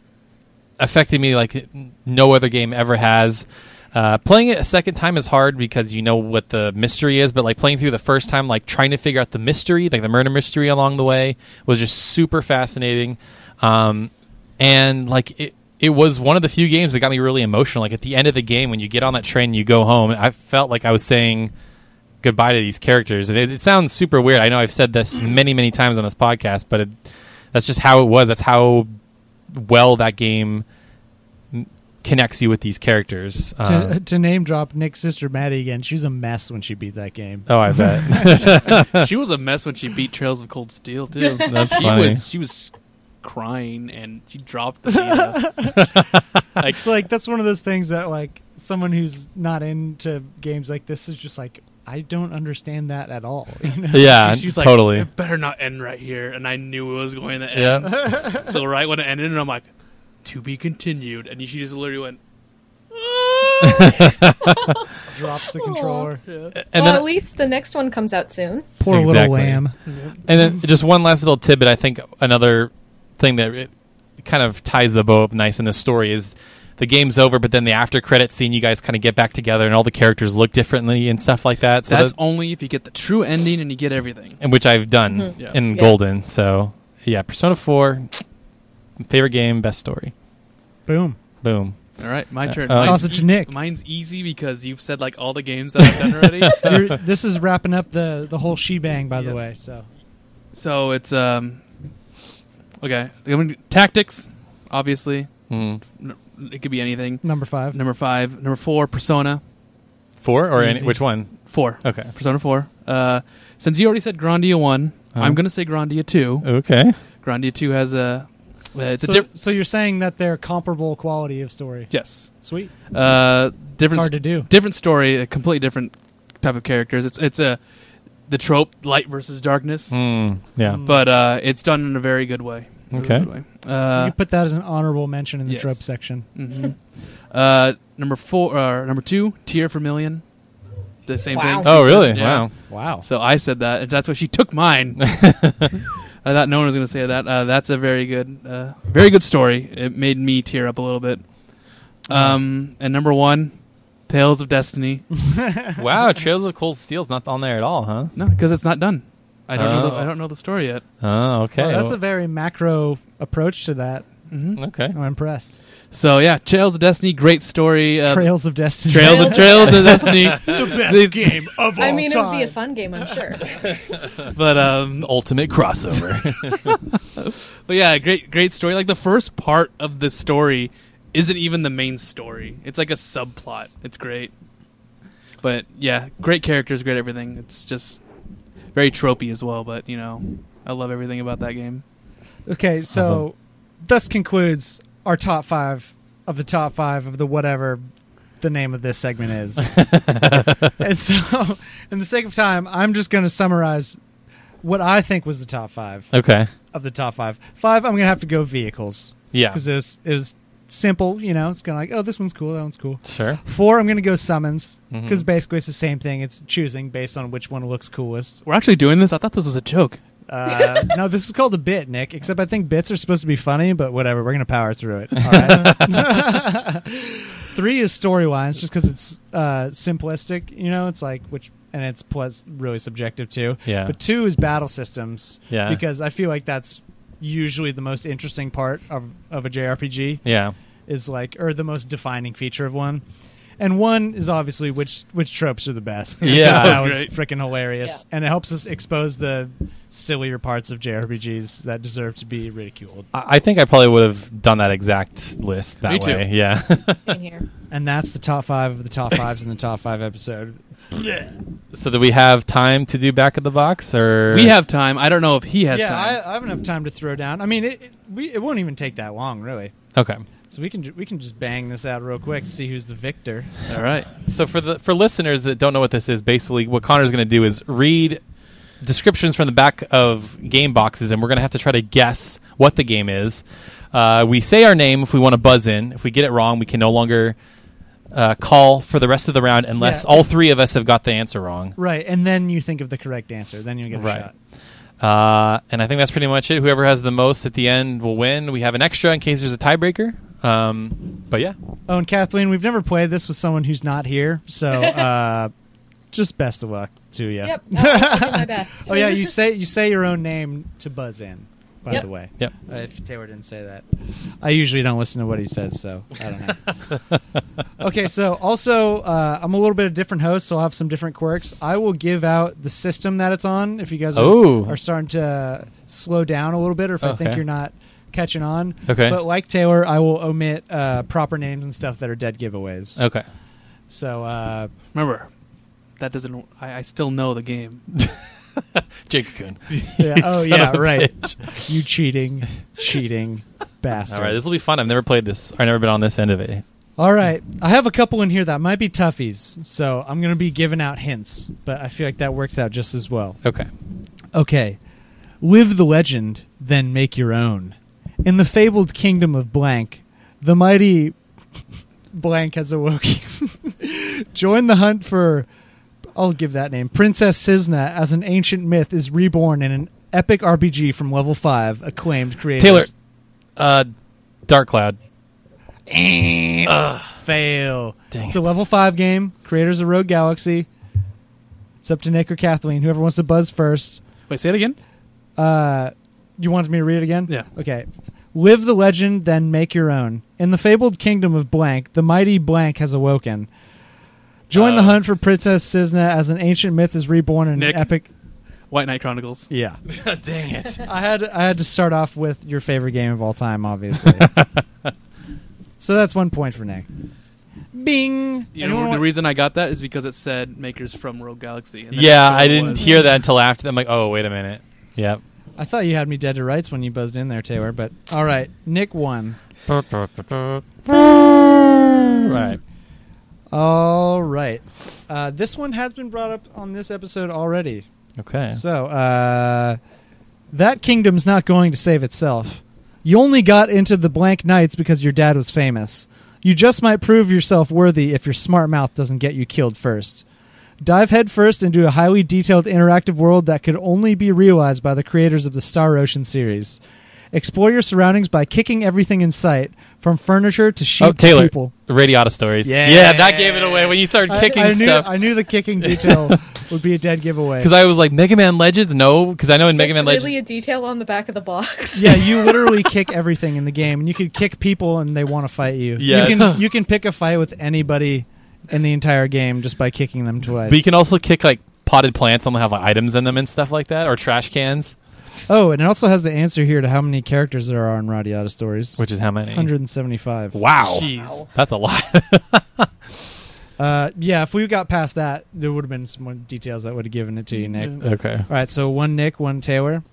Speaker 3: affected me like no other game ever has. Uh, playing it a second time is hard because you know what the mystery is, but like playing through the first time, like trying to figure out the mystery, like the murder mystery along the way, was just super fascinating. Um, and like it, it was one of the few games that got me really emotional. Like at the end of the game, when you get on that train and you go home, I felt like I was saying goodbye to these characters. And it, it sounds super weird. I know I've said this many, many times on this podcast, but it, that's just how it was. That's how well that game m- connects you with these characters.
Speaker 2: to,
Speaker 3: Uh,
Speaker 2: to name drop nick's sister maddie again she was a mess when she beat that game
Speaker 3: oh, I bet.
Speaker 4: she was a mess when she beat Trails of Cold Steel too.
Speaker 3: That's
Speaker 4: she
Speaker 3: funny.
Speaker 4: Was, she was crying and she dropped the data.
Speaker 2: it's like that's one of those things that like someone who's not into games like this is just like i don't understand that at all you know?
Speaker 3: yeah,
Speaker 4: she's like,
Speaker 3: Ah, totally.
Speaker 4: It better not end right here, and I knew it was going to end.
Speaker 3: Yeah,
Speaker 4: So right when it ended, and I'm like, to be continued, and she just literally went.
Speaker 2: drops the controller
Speaker 3: and
Speaker 5: well,
Speaker 3: then
Speaker 5: at least the next one comes out soon.
Speaker 2: poor little
Speaker 3: Exactly.
Speaker 2: lamb
Speaker 3: And then just one last little tidbit. I think another thing that it kind of ties the bow up nice in this story is the game's over, but then the after credit scene, you guys kind of get back together, and all the characters look differently and stuff like that. So
Speaker 4: That's
Speaker 3: that-
Speaker 4: only if you get the true ending and you get everything.
Speaker 3: and which I've done
Speaker 4: Yeah.
Speaker 3: in
Speaker 5: Yeah.
Speaker 3: Golden. So yeah, Persona Four, favorite game, best story.
Speaker 2: boom
Speaker 3: Boom.
Speaker 4: All right, my
Speaker 3: Uh,
Speaker 4: turn. e-,
Speaker 3: uh,
Speaker 2: Toss it to Nick.
Speaker 4: Mine's easy because you've said like all the games that I've done already.
Speaker 2: You're, this is wrapping up the the whole shebang by
Speaker 4: Yeah.
Speaker 2: the way so
Speaker 4: so it's um, okay. I'm gonna do tactics, obviously.
Speaker 3: Mm.
Speaker 4: N- It could be anything.
Speaker 2: number five
Speaker 4: Number five, number four, Persona
Speaker 3: Four or any,
Speaker 2: Easy.
Speaker 3: which one?
Speaker 4: four,
Speaker 3: Okay.
Speaker 4: Persona four. Uh, since you already said Grandia one,
Speaker 3: Uh-huh.
Speaker 4: I'm gonna say Grandia two.
Speaker 3: Okay.
Speaker 4: Grandia two has a. Uh, it's
Speaker 2: so,
Speaker 4: a diff-
Speaker 2: so you're saying that they're comparable quality of story?
Speaker 4: yes.
Speaker 2: Sweet.
Speaker 4: Uh,
Speaker 2: It's
Speaker 4: different
Speaker 2: hard to do.
Speaker 4: different story, a completely different type of characters. It's it's a the trope light versus darkness,
Speaker 3: Mm. Yeah.
Speaker 2: Mm.
Speaker 4: but uh, it's done in a very good way. Really
Speaker 3: Okay.
Speaker 4: good way. Uh,
Speaker 2: you could put that as an honorable mention in the
Speaker 4: yes.
Speaker 2: trope section.
Speaker 4: mhm. uh, number four, uh, number two, tier for million. The same
Speaker 5: Wow.
Speaker 4: thing. she
Speaker 3: Oh
Speaker 4: said.
Speaker 3: really?
Speaker 4: Yeah.
Speaker 3: Wow.
Speaker 2: Wow.
Speaker 4: So I said that, and that's why she took mine. I thought no one was going to say that. Uh, that's a very good, uh, very good story. It made me tear up a little bit. Um, and number one, Tales of Destiny.
Speaker 3: wow. Trails of Cold Steel's not on there at all, huh?
Speaker 4: No, because it's not done. I don't know. The,
Speaker 3: Oh.
Speaker 4: I don't know the story yet.
Speaker 3: Oh, okay.
Speaker 2: that's a very macro approach to that.
Speaker 3: Okay.
Speaker 2: I'm impressed.
Speaker 4: So yeah, Trails of Destiny, great story. Uh,
Speaker 2: Trails of Destiny.
Speaker 4: Trails of Trails of Destiny.
Speaker 2: best game of all
Speaker 5: I mean, it would be a fun game, I'm sure.
Speaker 4: But um,
Speaker 3: Ultimate crossover.
Speaker 4: but yeah, great great story. Like the first part of the story isn't even the main story. It's like a subplot. It's great. But yeah, great characters, great everything. It's just very tropey as well. But you know, I love everything about that game.
Speaker 2: okay, so
Speaker 3: Awesome.
Speaker 2: thus concludes our top five of the top five of the whatever the name of this segment is. and so, in the sake of time, I'm just going to summarize what I think was the top five
Speaker 3: okay.
Speaker 2: of the top five. Five, I'm going to have to go vehicles
Speaker 3: Yeah.
Speaker 2: because it, was, it was simple. You know, it's kind of like, oh, this one's cool, that one's cool.
Speaker 3: Sure.
Speaker 2: Four, I'm going to go summons because basically it's the same thing. It's choosing based on which one looks coolest.
Speaker 4: We're actually doing this. I thought this was a joke.
Speaker 2: Uh, no, this is called a bit, Nick. Except I think bits are supposed to be funny, but whatever. We're gonna power through it. All right? Three is storylines, just because it's uh, simplistic. You know, it's like which, and it's plus really subjective too.
Speaker 3: Yeah.
Speaker 2: But two is battle systems.
Speaker 3: Yeah.
Speaker 2: Because I feel like that's usually the most interesting part of of a JRPG
Speaker 3: Yeah.
Speaker 2: is like, or the most defining feature of one. And one is obviously which which tropes are the best.
Speaker 3: Yeah.
Speaker 2: that was
Speaker 4: Great.
Speaker 2: freaking hilarious,
Speaker 5: Yeah.
Speaker 2: and it helps us expose the sillier parts of JRPGs that deserve to be ridiculed.
Speaker 3: I I think I probably would have done that exact list that
Speaker 4: Me too.
Speaker 3: way. Yeah.
Speaker 5: Same here.
Speaker 2: And that's the top five of the top fives in the top five episode.
Speaker 3: so do we have time to do back of the box or
Speaker 4: We have time. I don't know if he has
Speaker 2: yeah,
Speaker 4: time.
Speaker 2: I, uh, I have enough time to throw down. I mean, it, it we it won't even take that long, really.
Speaker 3: Okay.
Speaker 2: So we can ju- we can just bang this out real quick to see who's the victor.
Speaker 4: All right.
Speaker 3: So for the for listeners that don't know what this is, basically what Connor's going to do is read descriptions from the back of game boxes, and we're going to have to try to guess what the game is. Uh, we say our name if we want to buzz in. If we get it wrong, we can no longer uh, call for the rest of the round unless
Speaker 2: Yeah.
Speaker 3: all three of us have got the answer wrong.
Speaker 2: Right, and then you think of the correct answer, then you get a
Speaker 3: Right.
Speaker 2: shot.
Speaker 3: Uh, and I think that's pretty much it. Whoever has the most at the end will win. We have an extra in case there's a tiebreaker. Um, but yeah,
Speaker 2: Oh, and Kathleen, we've never played this with someone who's not here, so uh, just best of luck to you.
Speaker 5: Yep. no, I'll do my best.
Speaker 2: oh yeah, you say you say your own name to buzz in. By
Speaker 5: Yep.
Speaker 2: the way,
Speaker 3: Yep.
Speaker 2: Uh, if Taylor didn't say that, I usually don't listen to what he says, so I don't know. okay, so also uh, I'm a little bit of a different host, so I'll have some different quirks. I will give out the system that it's on if you guys are,
Speaker 3: Oh.
Speaker 2: are starting to slow down a little bit, or if I think
Speaker 3: Okay.
Speaker 2: you're not catching on.
Speaker 3: Okay.
Speaker 2: But like Taylor, I will omit uh, proper names and stuff that are dead giveaways.
Speaker 3: okay.
Speaker 2: So uh,
Speaker 4: Remember, that doesn't. I, I still know the game.
Speaker 3: Jake Coon.
Speaker 2: yeah, oh
Speaker 3: son
Speaker 2: yeah,
Speaker 3: of a
Speaker 2: right. You cheating, cheating bastard.
Speaker 3: All right, this will be fun. I've never played this. I've never been on this end of it.
Speaker 2: All right. I have a couple in here that might be toughies, so I'm going to be giving out hints, but I feel like that works out just as well.
Speaker 3: Okay.
Speaker 2: Okay. Live the legend, then make your own. In the fabled kingdom of blank, the mighty blank has awoken. Join the hunt for I'll give that name. Princess Cisna as an ancient myth is reborn in an epic RPG from level 5 acclaimed creators.
Speaker 3: Taylor, uh, Dark Cloud.
Speaker 2: Fail.
Speaker 3: Dang
Speaker 2: it's
Speaker 3: it.
Speaker 2: a level five game. Creators of Rogue Galaxy. It's up to Nick or Kathleen, whoever wants to buzz first.
Speaker 4: Wait, say it again.
Speaker 2: Uh, you wanted me to read it again?
Speaker 4: Yeah.
Speaker 2: Okay. Live the legend, then make your own. In the fabled kingdom of blank, the mighty blank has awoken. Join the
Speaker 3: Uh,
Speaker 2: hunt for Princess Cisna as an ancient myth is reborn in
Speaker 4: Nick.
Speaker 2: an epic.
Speaker 4: White Knight Chronicles.
Speaker 2: Yeah.
Speaker 3: Dang it.
Speaker 2: I had I had to start off with your favorite game of all time, obviously. so that's one point for Nick. Bing.
Speaker 4: You
Speaker 2: Anyone
Speaker 4: know, the
Speaker 2: want-
Speaker 4: reason I got that is because it said makers from Rogue Galaxy. and that's
Speaker 3: Yeah,
Speaker 4: what
Speaker 3: I
Speaker 4: it
Speaker 3: didn't
Speaker 4: was.
Speaker 3: hear that until after. I'm like, oh, wait a minute. Yep.
Speaker 2: I thought you had me dead to rights when you buzzed in there, Taylor, but all right. Nick won.
Speaker 3: All right.
Speaker 2: All right. Uh, this one has been brought up on this episode already.
Speaker 3: Okay.
Speaker 2: So, uh, that kingdom's not going to save itself. You only got into the blank knights because your dad was famous. You just might prove yourself worthy if your smart mouth doesn't get you killed first. Dive headfirst into a highly detailed interactive world that could only be realized by the creators of the Star Ocean series. Explore your surroundings by kicking everything in sight, from furniture to sheep
Speaker 3: oh, Taylor.
Speaker 2: to people.
Speaker 3: Radiata stories.
Speaker 2: Yeah.
Speaker 3: Yeah, that gave it away when you started
Speaker 2: I-
Speaker 3: kicking
Speaker 2: I, knew,
Speaker 3: stuff.
Speaker 2: I knew the kicking detail would be a dead giveaway.
Speaker 3: Because I was like, Mega Man Legends? No, because I know in Mega
Speaker 5: it's
Speaker 3: Man
Speaker 5: really
Speaker 3: Legends.
Speaker 5: a detail on the back of the box.
Speaker 2: yeah, you literally kick everything in the game, and you could kick people, and they want to fight you.
Speaker 3: Yeah,
Speaker 2: you
Speaker 3: it's-
Speaker 2: can you can pick a fight with anybody in the entire game just by kicking them twice.
Speaker 3: But you can also kick like potted plants and they'll have like, items in them and stuff like that, or trash cans,
Speaker 2: oh, and it also has the answer here to how many characters there are in Radiata Stories.
Speaker 3: which is how many?
Speaker 2: 175.
Speaker 3: Wow.
Speaker 5: Jeez.
Speaker 3: That's a lot.
Speaker 2: Uh, yeah, if we got past that, there would have been some more details that would have given it to you, Nick.
Speaker 4: Yeah.
Speaker 3: okay.
Speaker 2: All right, so one Nick, one Taylor.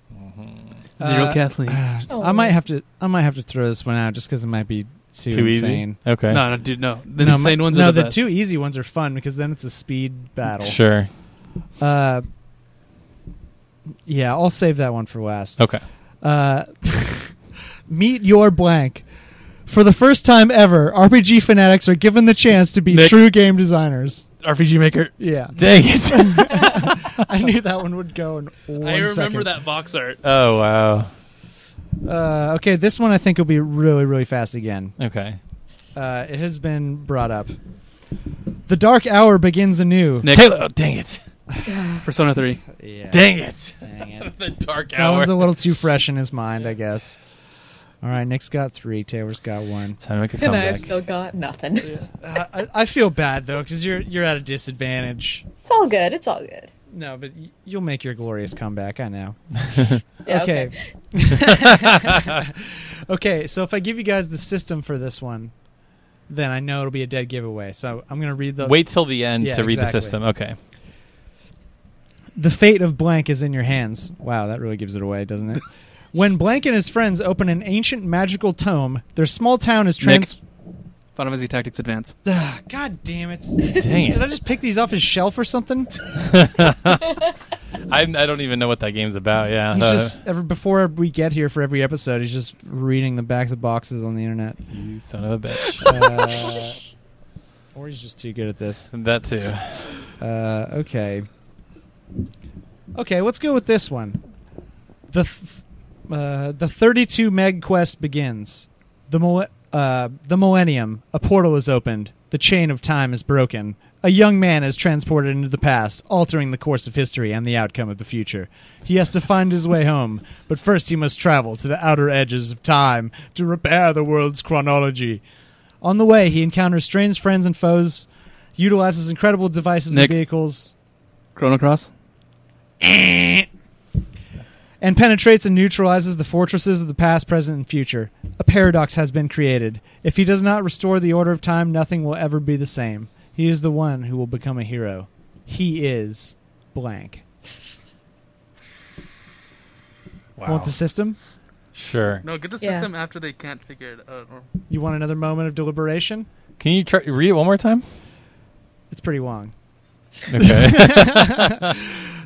Speaker 4: Zero
Speaker 2: Uh,
Speaker 4: Kathleen.
Speaker 5: Oh.
Speaker 2: I might have to I might have to throw this one out just because it might be too,
Speaker 3: Too
Speaker 2: insane.
Speaker 3: easy. Okay.
Speaker 4: No, no, dude, no. The
Speaker 2: no,
Speaker 4: insane
Speaker 2: my-
Speaker 4: ones
Speaker 2: no,
Speaker 4: are the,
Speaker 2: the,
Speaker 4: best.
Speaker 2: two easy ones are fun because then it's a speed battle.
Speaker 3: Sure.
Speaker 2: Uh, yeah, I'll save that one for last.
Speaker 3: Okay.
Speaker 2: Uh, meet your blank. For the first time ever, RPG fanatics are given the chance to be
Speaker 3: Nick.
Speaker 2: true game designers.
Speaker 4: RPG Maker.
Speaker 2: Yeah,
Speaker 3: Dang it.
Speaker 2: I knew that one would go in one
Speaker 4: I remember
Speaker 2: second.
Speaker 4: that box art.
Speaker 3: oh, wow.
Speaker 2: Uh, okay, this one I think will be really, really fast again.
Speaker 3: Okay.
Speaker 2: Uh, it has been brought up. The dark hour begins anew.
Speaker 4: Nick,
Speaker 3: Taylor. Oh, dang it.
Speaker 4: Persona 3.
Speaker 2: Yeah.
Speaker 3: Dang it.
Speaker 2: Dang it.
Speaker 3: the dark
Speaker 2: That
Speaker 3: hour.
Speaker 2: one's a little too fresh in his mind, I guess. All right, Nick's got three. Taylor's got one.
Speaker 3: Time to make a
Speaker 5: and I've
Speaker 3: comeback.
Speaker 5: still got nothing.
Speaker 2: Uh, I, I feel bad though, because you're you're at a disadvantage.
Speaker 5: It's all good. It's all good.
Speaker 2: No, but y- you'll make your glorious comeback. I know.
Speaker 5: Yeah,
Speaker 2: okay. okay, so if I give you guys the system for this one, then I know it'll be a dead giveaway. So I'm gonna read the
Speaker 3: Wait till the end
Speaker 2: Yeah,
Speaker 3: to read
Speaker 2: exactly.
Speaker 3: the system. Okay.
Speaker 2: The fate of blank is in your hands. Wow, that really gives it away, doesn't it? when blank and his friends open an ancient magical tome, their small town is trans.
Speaker 4: Final Fantasy Tactics Advance.
Speaker 2: Ugh, God damn it!
Speaker 3: Dang
Speaker 2: Did I
Speaker 3: it.
Speaker 2: just pick these off his shelf or something?
Speaker 3: I, I don't even know what that game's about. Yeah.
Speaker 2: He's
Speaker 3: Uh,
Speaker 2: just ever before we get here for every episode, he's just reading the backs of boxes on the internet.
Speaker 3: you son of a bitch.
Speaker 2: Uh, or he's just too good at this.
Speaker 3: that too.
Speaker 2: Uh, okay. Okay, let's go with this one. The th- uh, the 32 meg quest begins. The mil- uh, the millennium, a portal is opened. The chain of time is broken. A young man is transported into the past, altering the course of history and the outcome of the future. He has to find his way home, but first he must travel to the outer edges of time to repair the world's chronology. On the way, he encounters strange friends and foes, utilizes incredible devices
Speaker 4: Nick.
Speaker 2: and vehicles,
Speaker 4: Chrono Cross.
Speaker 2: Eh. and penetrates and neutralizes the fortresses of the past, present, and future. A paradox has been created. If he does not restore the order of time, nothing will ever be the same. He is the one who will become a hero. He is blank.
Speaker 3: Wow.
Speaker 2: Want the system?
Speaker 3: sure.
Speaker 4: No, get the
Speaker 5: Yeah. system
Speaker 4: after they can't figure it out.
Speaker 2: You want another moment of deliberation?
Speaker 3: Can you try read it one more time?
Speaker 2: It's pretty long.
Speaker 3: Okay.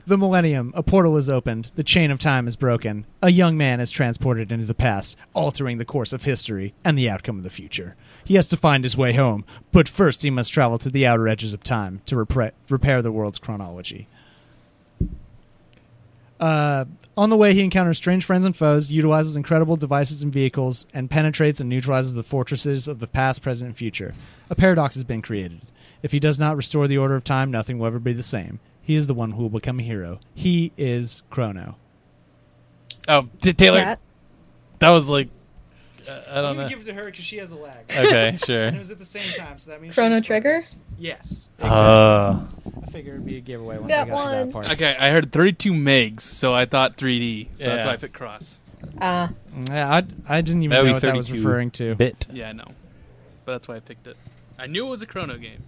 Speaker 2: The millennium, a portal is opened, the chain of time is broken, a young man is transported into the past, altering the course of history and the outcome of the future. He has to find his way home, but first he must travel to the outer edges of time to repra- repair the world's chronology. Uh, on the way, he encounters strange friends and foes, utilizes incredible devices and vehicles, and penetrates and neutralizes the fortresses of the past, present, and future. A paradox has been created. If he does not restore the order of time, nothing will ever be the same. He is the one who will become a hero. He is Chrono.
Speaker 3: oh, t- Taylor.
Speaker 5: Cat.
Speaker 3: That was like. Uh, I don't know.
Speaker 2: it to her because she has a lag.
Speaker 3: okay. Sure.
Speaker 2: at the same time, so that means
Speaker 5: Chrono Trigger.
Speaker 2: Yes.
Speaker 3: Uh,
Speaker 2: I figured it'd be a giveaway once
Speaker 5: That I got to that one. part.
Speaker 4: Okay, I heard 32 megs, so I thought 3D. So that's
Speaker 3: Yeah.
Speaker 4: why I picked Cross.
Speaker 5: Ah,
Speaker 2: Mm, Yeah, I, I didn't even
Speaker 3: That'd be
Speaker 2: know what that was
Speaker 3: 32
Speaker 2: referring to.
Speaker 3: bit.
Speaker 4: Yeah, I know. But that's why I picked it. I knew it was a Chrono game.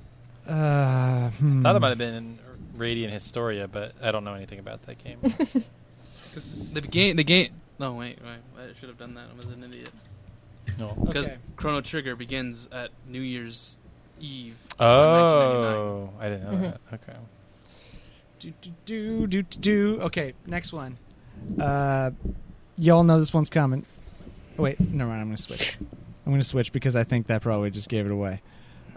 Speaker 2: Uh, hmm.
Speaker 3: Thought it might have been in Radiant Historia, but I don't know anything about that game.
Speaker 4: Because the game, the game. No, wait, wait. I should have done that. I was an idiot.
Speaker 3: no.
Speaker 4: Because
Speaker 2: Okay.
Speaker 4: Chrono Trigger begins at New Year's Eve. in 1999.
Speaker 3: Oh, Mm-hmm. I didn't know that. Okay.
Speaker 2: Do, do, do, do, do, do. Okay, next one. Uh, y'all know this one's coming. Oh, wait, never mind. I'm going to switch. I'm going to switch because I think that probably just gave it away.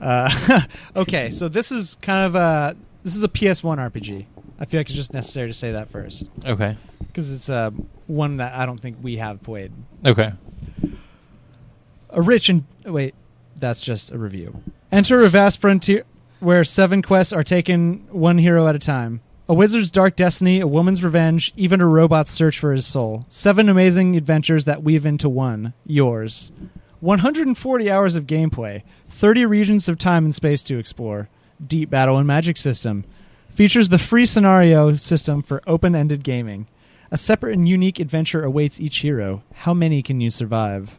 Speaker 2: Uh, okay, so this is kind of a this is a PS1 RPG. I feel like it's just necessary to say that first
Speaker 3: Okay.
Speaker 2: because it's uh, one that I don't think we have played.
Speaker 3: Okay.
Speaker 2: A rich and wait, that's just a review. Enter a vast frontier where seven quests are taken one hero at a time. A Wizard's Dark Destiny, A Woman's Revenge, even a robot's search for his soul. Seven amazing adventures that weave into one. Yours. 140 hours of gameplay, 30 regions of time and space to explore, deep battle and magic system. Features the free scenario system for open ended gaming. A separate and unique adventure awaits each hero. How many can you survive?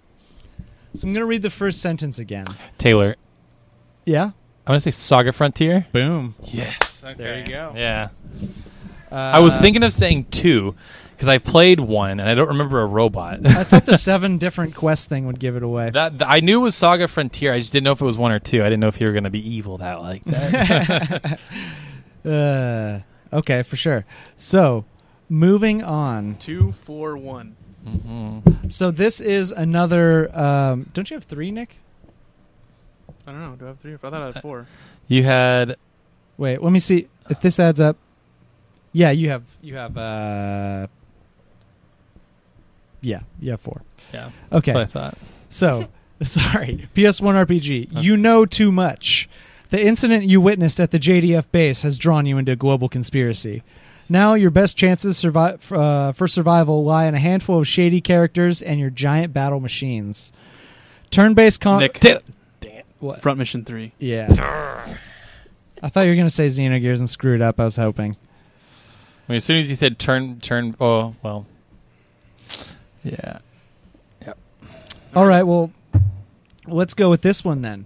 Speaker 2: So I'm going to read the first sentence again.
Speaker 3: Taylor,
Speaker 2: Yeah?
Speaker 3: I'm gonna say Saga Frontier.
Speaker 2: Boom.
Speaker 3: Yes. Uh,
Speaker 4: There you go.
Speaker 3: Yeah.
Speaker 2: Uh,
Speaker 3: I was thinking of saying two because I played one and I don't remember a robot.
Speaker 2: I thought the seven different quest thing would give it away.
Speaker 3: that th- I knew it was Saga Frontier. I just didn't know if it was one or two. I didn't know if you were gonna be evil that like that.
Speaker 2: Uh, okay, for sure. So, moving on.
Speaker 4: Two, four, one.
Speaker 2: So this is another. Um, don't you have three, Nick?
Speaker 4: I don't know. Do I have three? I thought I had four.
Speaker 3: you had
Speaker 2: Wait, let me see if this adds up. Yeah, you have you have. Uh, yeah, you have four.
Speaker 3: yeah.
Speaker 2: Okay,
Speaker 3: That's what I thought.
Speaker 2: So, sorry. PS1 RPG. You know too much. The incident you witnessed at the JDF base has drawn you into global conspiracy. Now, your best chances survi- uh, for survival lie in a handful of shady characters and your giant battle machines. Turn based con.
Speaker 4: Nick.
Speaker 3: Taylor. Dang it.
Speaker 2: What?
Speaker 4: Front Mission 3.
Speaker 2: Yeah. I thought you were going to say Xenogears and screw it up. I was hoping.
Speaker 3: I mean, as soon as you said turn, turn. Oh well. Yeah.
Speaker 2: All right, well, let's go with this one then.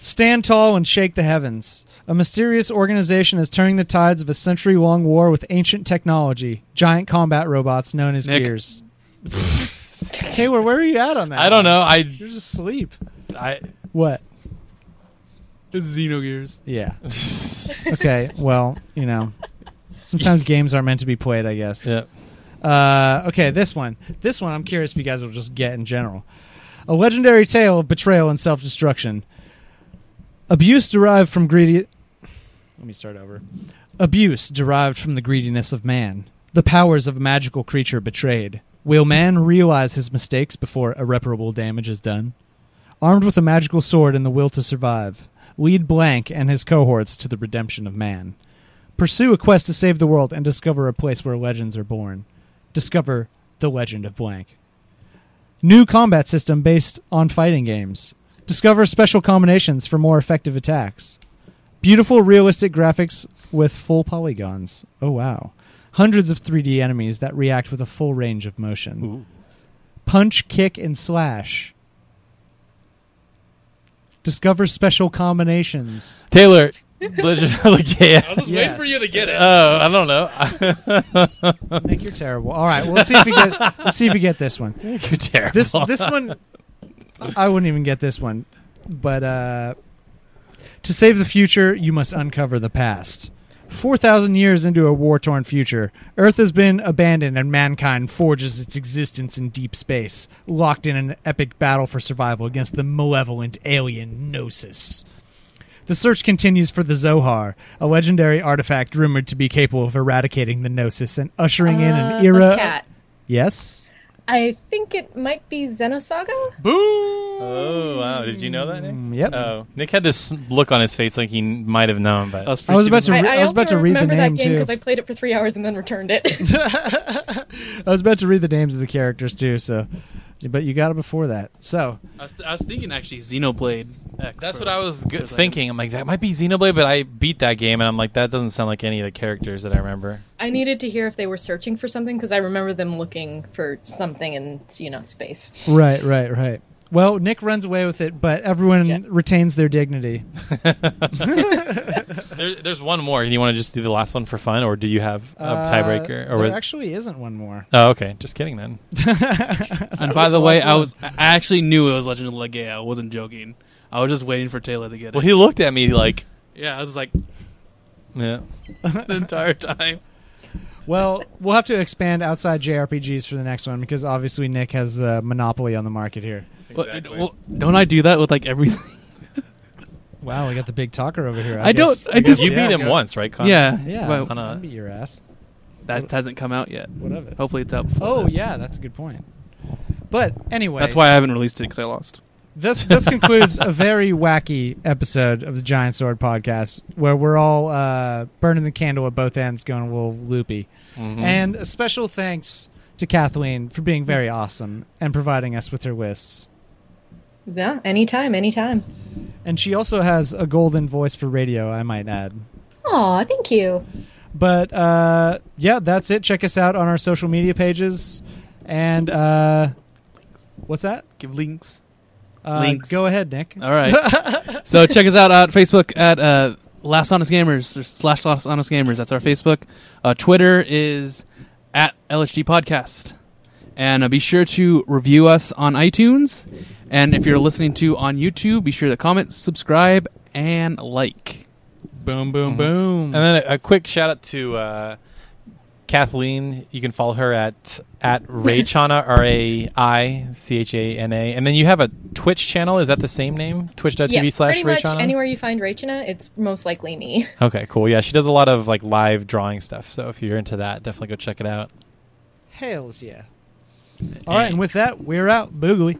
Speaker 2: Stand tall and shake the heavens. A mysterious organization is turning the tides of a century long war with ancient technology, giant combat robots known as
Speaker 4: Nick.
Speaker 2: Gears. Taylor, where are you at on that?
Speaker 3: I don't know. I
Speaker 2: You're just asleep.
Speaker 3: I.
Speaker 2: What?
Speaker 4: Just Xenogears.
Speaker 2: Yeah. Okay, well, you know. Sometimes games are meant to be played, I guess.
Speaker 3: yeah.
Speaker 2: Uh, okay, this one. This one I'm curious if you guys will just get in general. A legendary tale of betrayal and self destruction. Abuse derived from greedy. Let me start over. Abuse derived from the greediness of man. The powers of a magical creature betrayed. Will man realize his mistakes before irreparable damage is done? Armed with a magical sword and the will to survive, lead Blank and his cohorts to the redemption of man. Pursue a quest to save the world and discover a place where legends are born. Discover the legend of blank. New combat system based on fighting games. Discover special combinations for more effective attacks. Beautiful realistic graphics with full polygons. Oh wow. Hundreds of 3D enemies that react with a full range of motion.
Speaker 3: Ooh.
Speaker 2: Punch, kick, and slash. Discover special combinations.
Speaker 3: Taylor. Legend of Legaia. I was
Speaker 2: just waiting for you
Speaker 3: to get it. Oh, I don't know.
Speaker 2: Nick, you're terrible. All right, well, let's see if we get let's see if we get this one.
Speaker 3: You're terrible.
Speaker 2: this this one I wouldn't even get this one. But uh to save the future, you must uncover the past. 4,000 years into a war torn future, Earth has been abandoned and mankind forges its existence in deep space, locked in an epic battle for survival against the malevolent alien Gnosis. The search continues for the Zohar, a legendary artifact rumored to be capable of eradicating the Gnosis and ushering in
Speaker 5: Uh,
Speaker 2: an
Speaker 5: the
Speaker 2: era.
Speaker 5: cat.
Speaker 2: Yes?
Speaker 5: I think it might be Xenosaga.
Speaker 3: Oh wow! Did you know that,
Speaker 2: Mm,
Speaker 3: Nick?
Speaker 2: yep.
Speaker 3: Oh, Nick had this look on his face like he n- might have known, but
Speaker 2: I was about to.
Speaker 5: I,
Speaker 2: Re- I, was
Speaker 5: also
Speaker 2: about to read the
Speaker 5: remember
Speaker 2: name
Speaker 5: that game
Speaker 2: too.
Speaker 5: because I played it for three hours and then returned it.
Speaker 2: I was about to read the names of the characters too. So, but you got it before that. So
Speaker 4: I was, I was thinking actually Xenoblade X.
Speaker 3: that's
Speaker 4: for-
Speaker 3: what I was
Speaker 4: for a
Speaker 3: good
Speaker 4: second.
Speaker 3: thinking. I'm like, that might be Xenoblade, but I beat that game, and I'm like, that doesn't sound like any of the characters that I remember.
Speaker 5: I needed to hear if they were searching for something because I remember them looking for something in you know space.
Speaker 2: right, right, right. Well, Nick runs away with it, but everyone
Speaker 5: Yeah.
Speaker 2: retains their dignity.
Speaker 3: There, there's one more. Do you want to just do the last one for fun, or do you have a tiebreaker?
Speaker 2: Or
Speaker 3: Or
Speaker 2: Uh, there actually isn't one more.
Speaker 3: oh, okay, just kidding then.
Speaker 4: And by the way, I was I actually knew it was Legend of Legaia. I wasn't joking. I was just waiting for Taylor to get it.
Speaker 3: Well, he looked at me like,
Speaker 4: yeah, I was like
Speaker 3: yeah.
Speaker 4: the entire time.
Speaker 2: Well, we'll have to expand outside JRPGs for the next one because obviously Nick has the monopoly on the market here.
Speaker 4: Well, well, don't I do that with like everything?
Speaker 2: Wow, we got the big talker over here.
Speaker 4: I don't- I
Speaker 2: guess-
Speaker 4: just-
Speaker 3: You beat him
Speaker 2: yeah.
Speaker 3: once, right? Connor?
Speaker 4: yeah,
Speaker 2: Yeah,
Speaker 4: well,
Speaker 3: Kinda-
Speaker 2: I beat your ass.
Speaker 4: that hasn't come out yet.
Speaker 2: What of it?
Speaker 4: Hopefully, it's out. Before
Speaker 2: Oh
Speaker 4: this.
Speaker 2: yeah, that's a good point. But anyway,
Speaker 4: that's why I haven't released it because I lost.
Speaker 2: this this concludes a very wacky episode of the Giant Sword Podcast, where we're all uh, burning the candle at both ends, going a little loopy. And a special thanks to Kathleen for being very awesome and providing us with her lists.
Speaker 5: Yeah, anytime, anytime.
Speaker 2: And she also has a golden voice for radio, I might add.
Speaker 5: Aw, thank you.
Speaker 2: But uh, yeah, that's it. Check us out on our social media pages. And uh, what's that?
Speaker 4: Give links.
Speaker 2: Uh,
Speaker 4: Links.
Speaker 2: Go ahead, Nick.
Speaker 4: All right. so check us out on Facebook at uh, Last Honest Gamers or slash Last Honest Gamers. That's our Facebook. Uh, Twitter is at LHG Podcast. And uh, be sure to review us on iTunes. And if you're listening to on YouTube, be sure to comment, subscribe, and like. Mm-hmm.
Speaker 3: Boom, boom,
Speaker 4: boom.
Speaker 3: And then a, a quick shout out to uh, Kathleen. You can follow her at at Raychana R A I C H A N A. And then you have a Twitch channel. Is that the same name? Twitch.tv
Speaker 5: Yeah,
Speaker 3: slash
Speaker 5: pretty much
Speaker 3: Raychana.
Speaker 5: anywhere you find Rachana, it's most likely me.
Speaker 3: Okay, cool. Yeah, she does a lot of like live drawing stuff. So if you're into that, definitely go check it out.
Speaker 2: Hells yeah. All right, and with that, we're out. Boogly.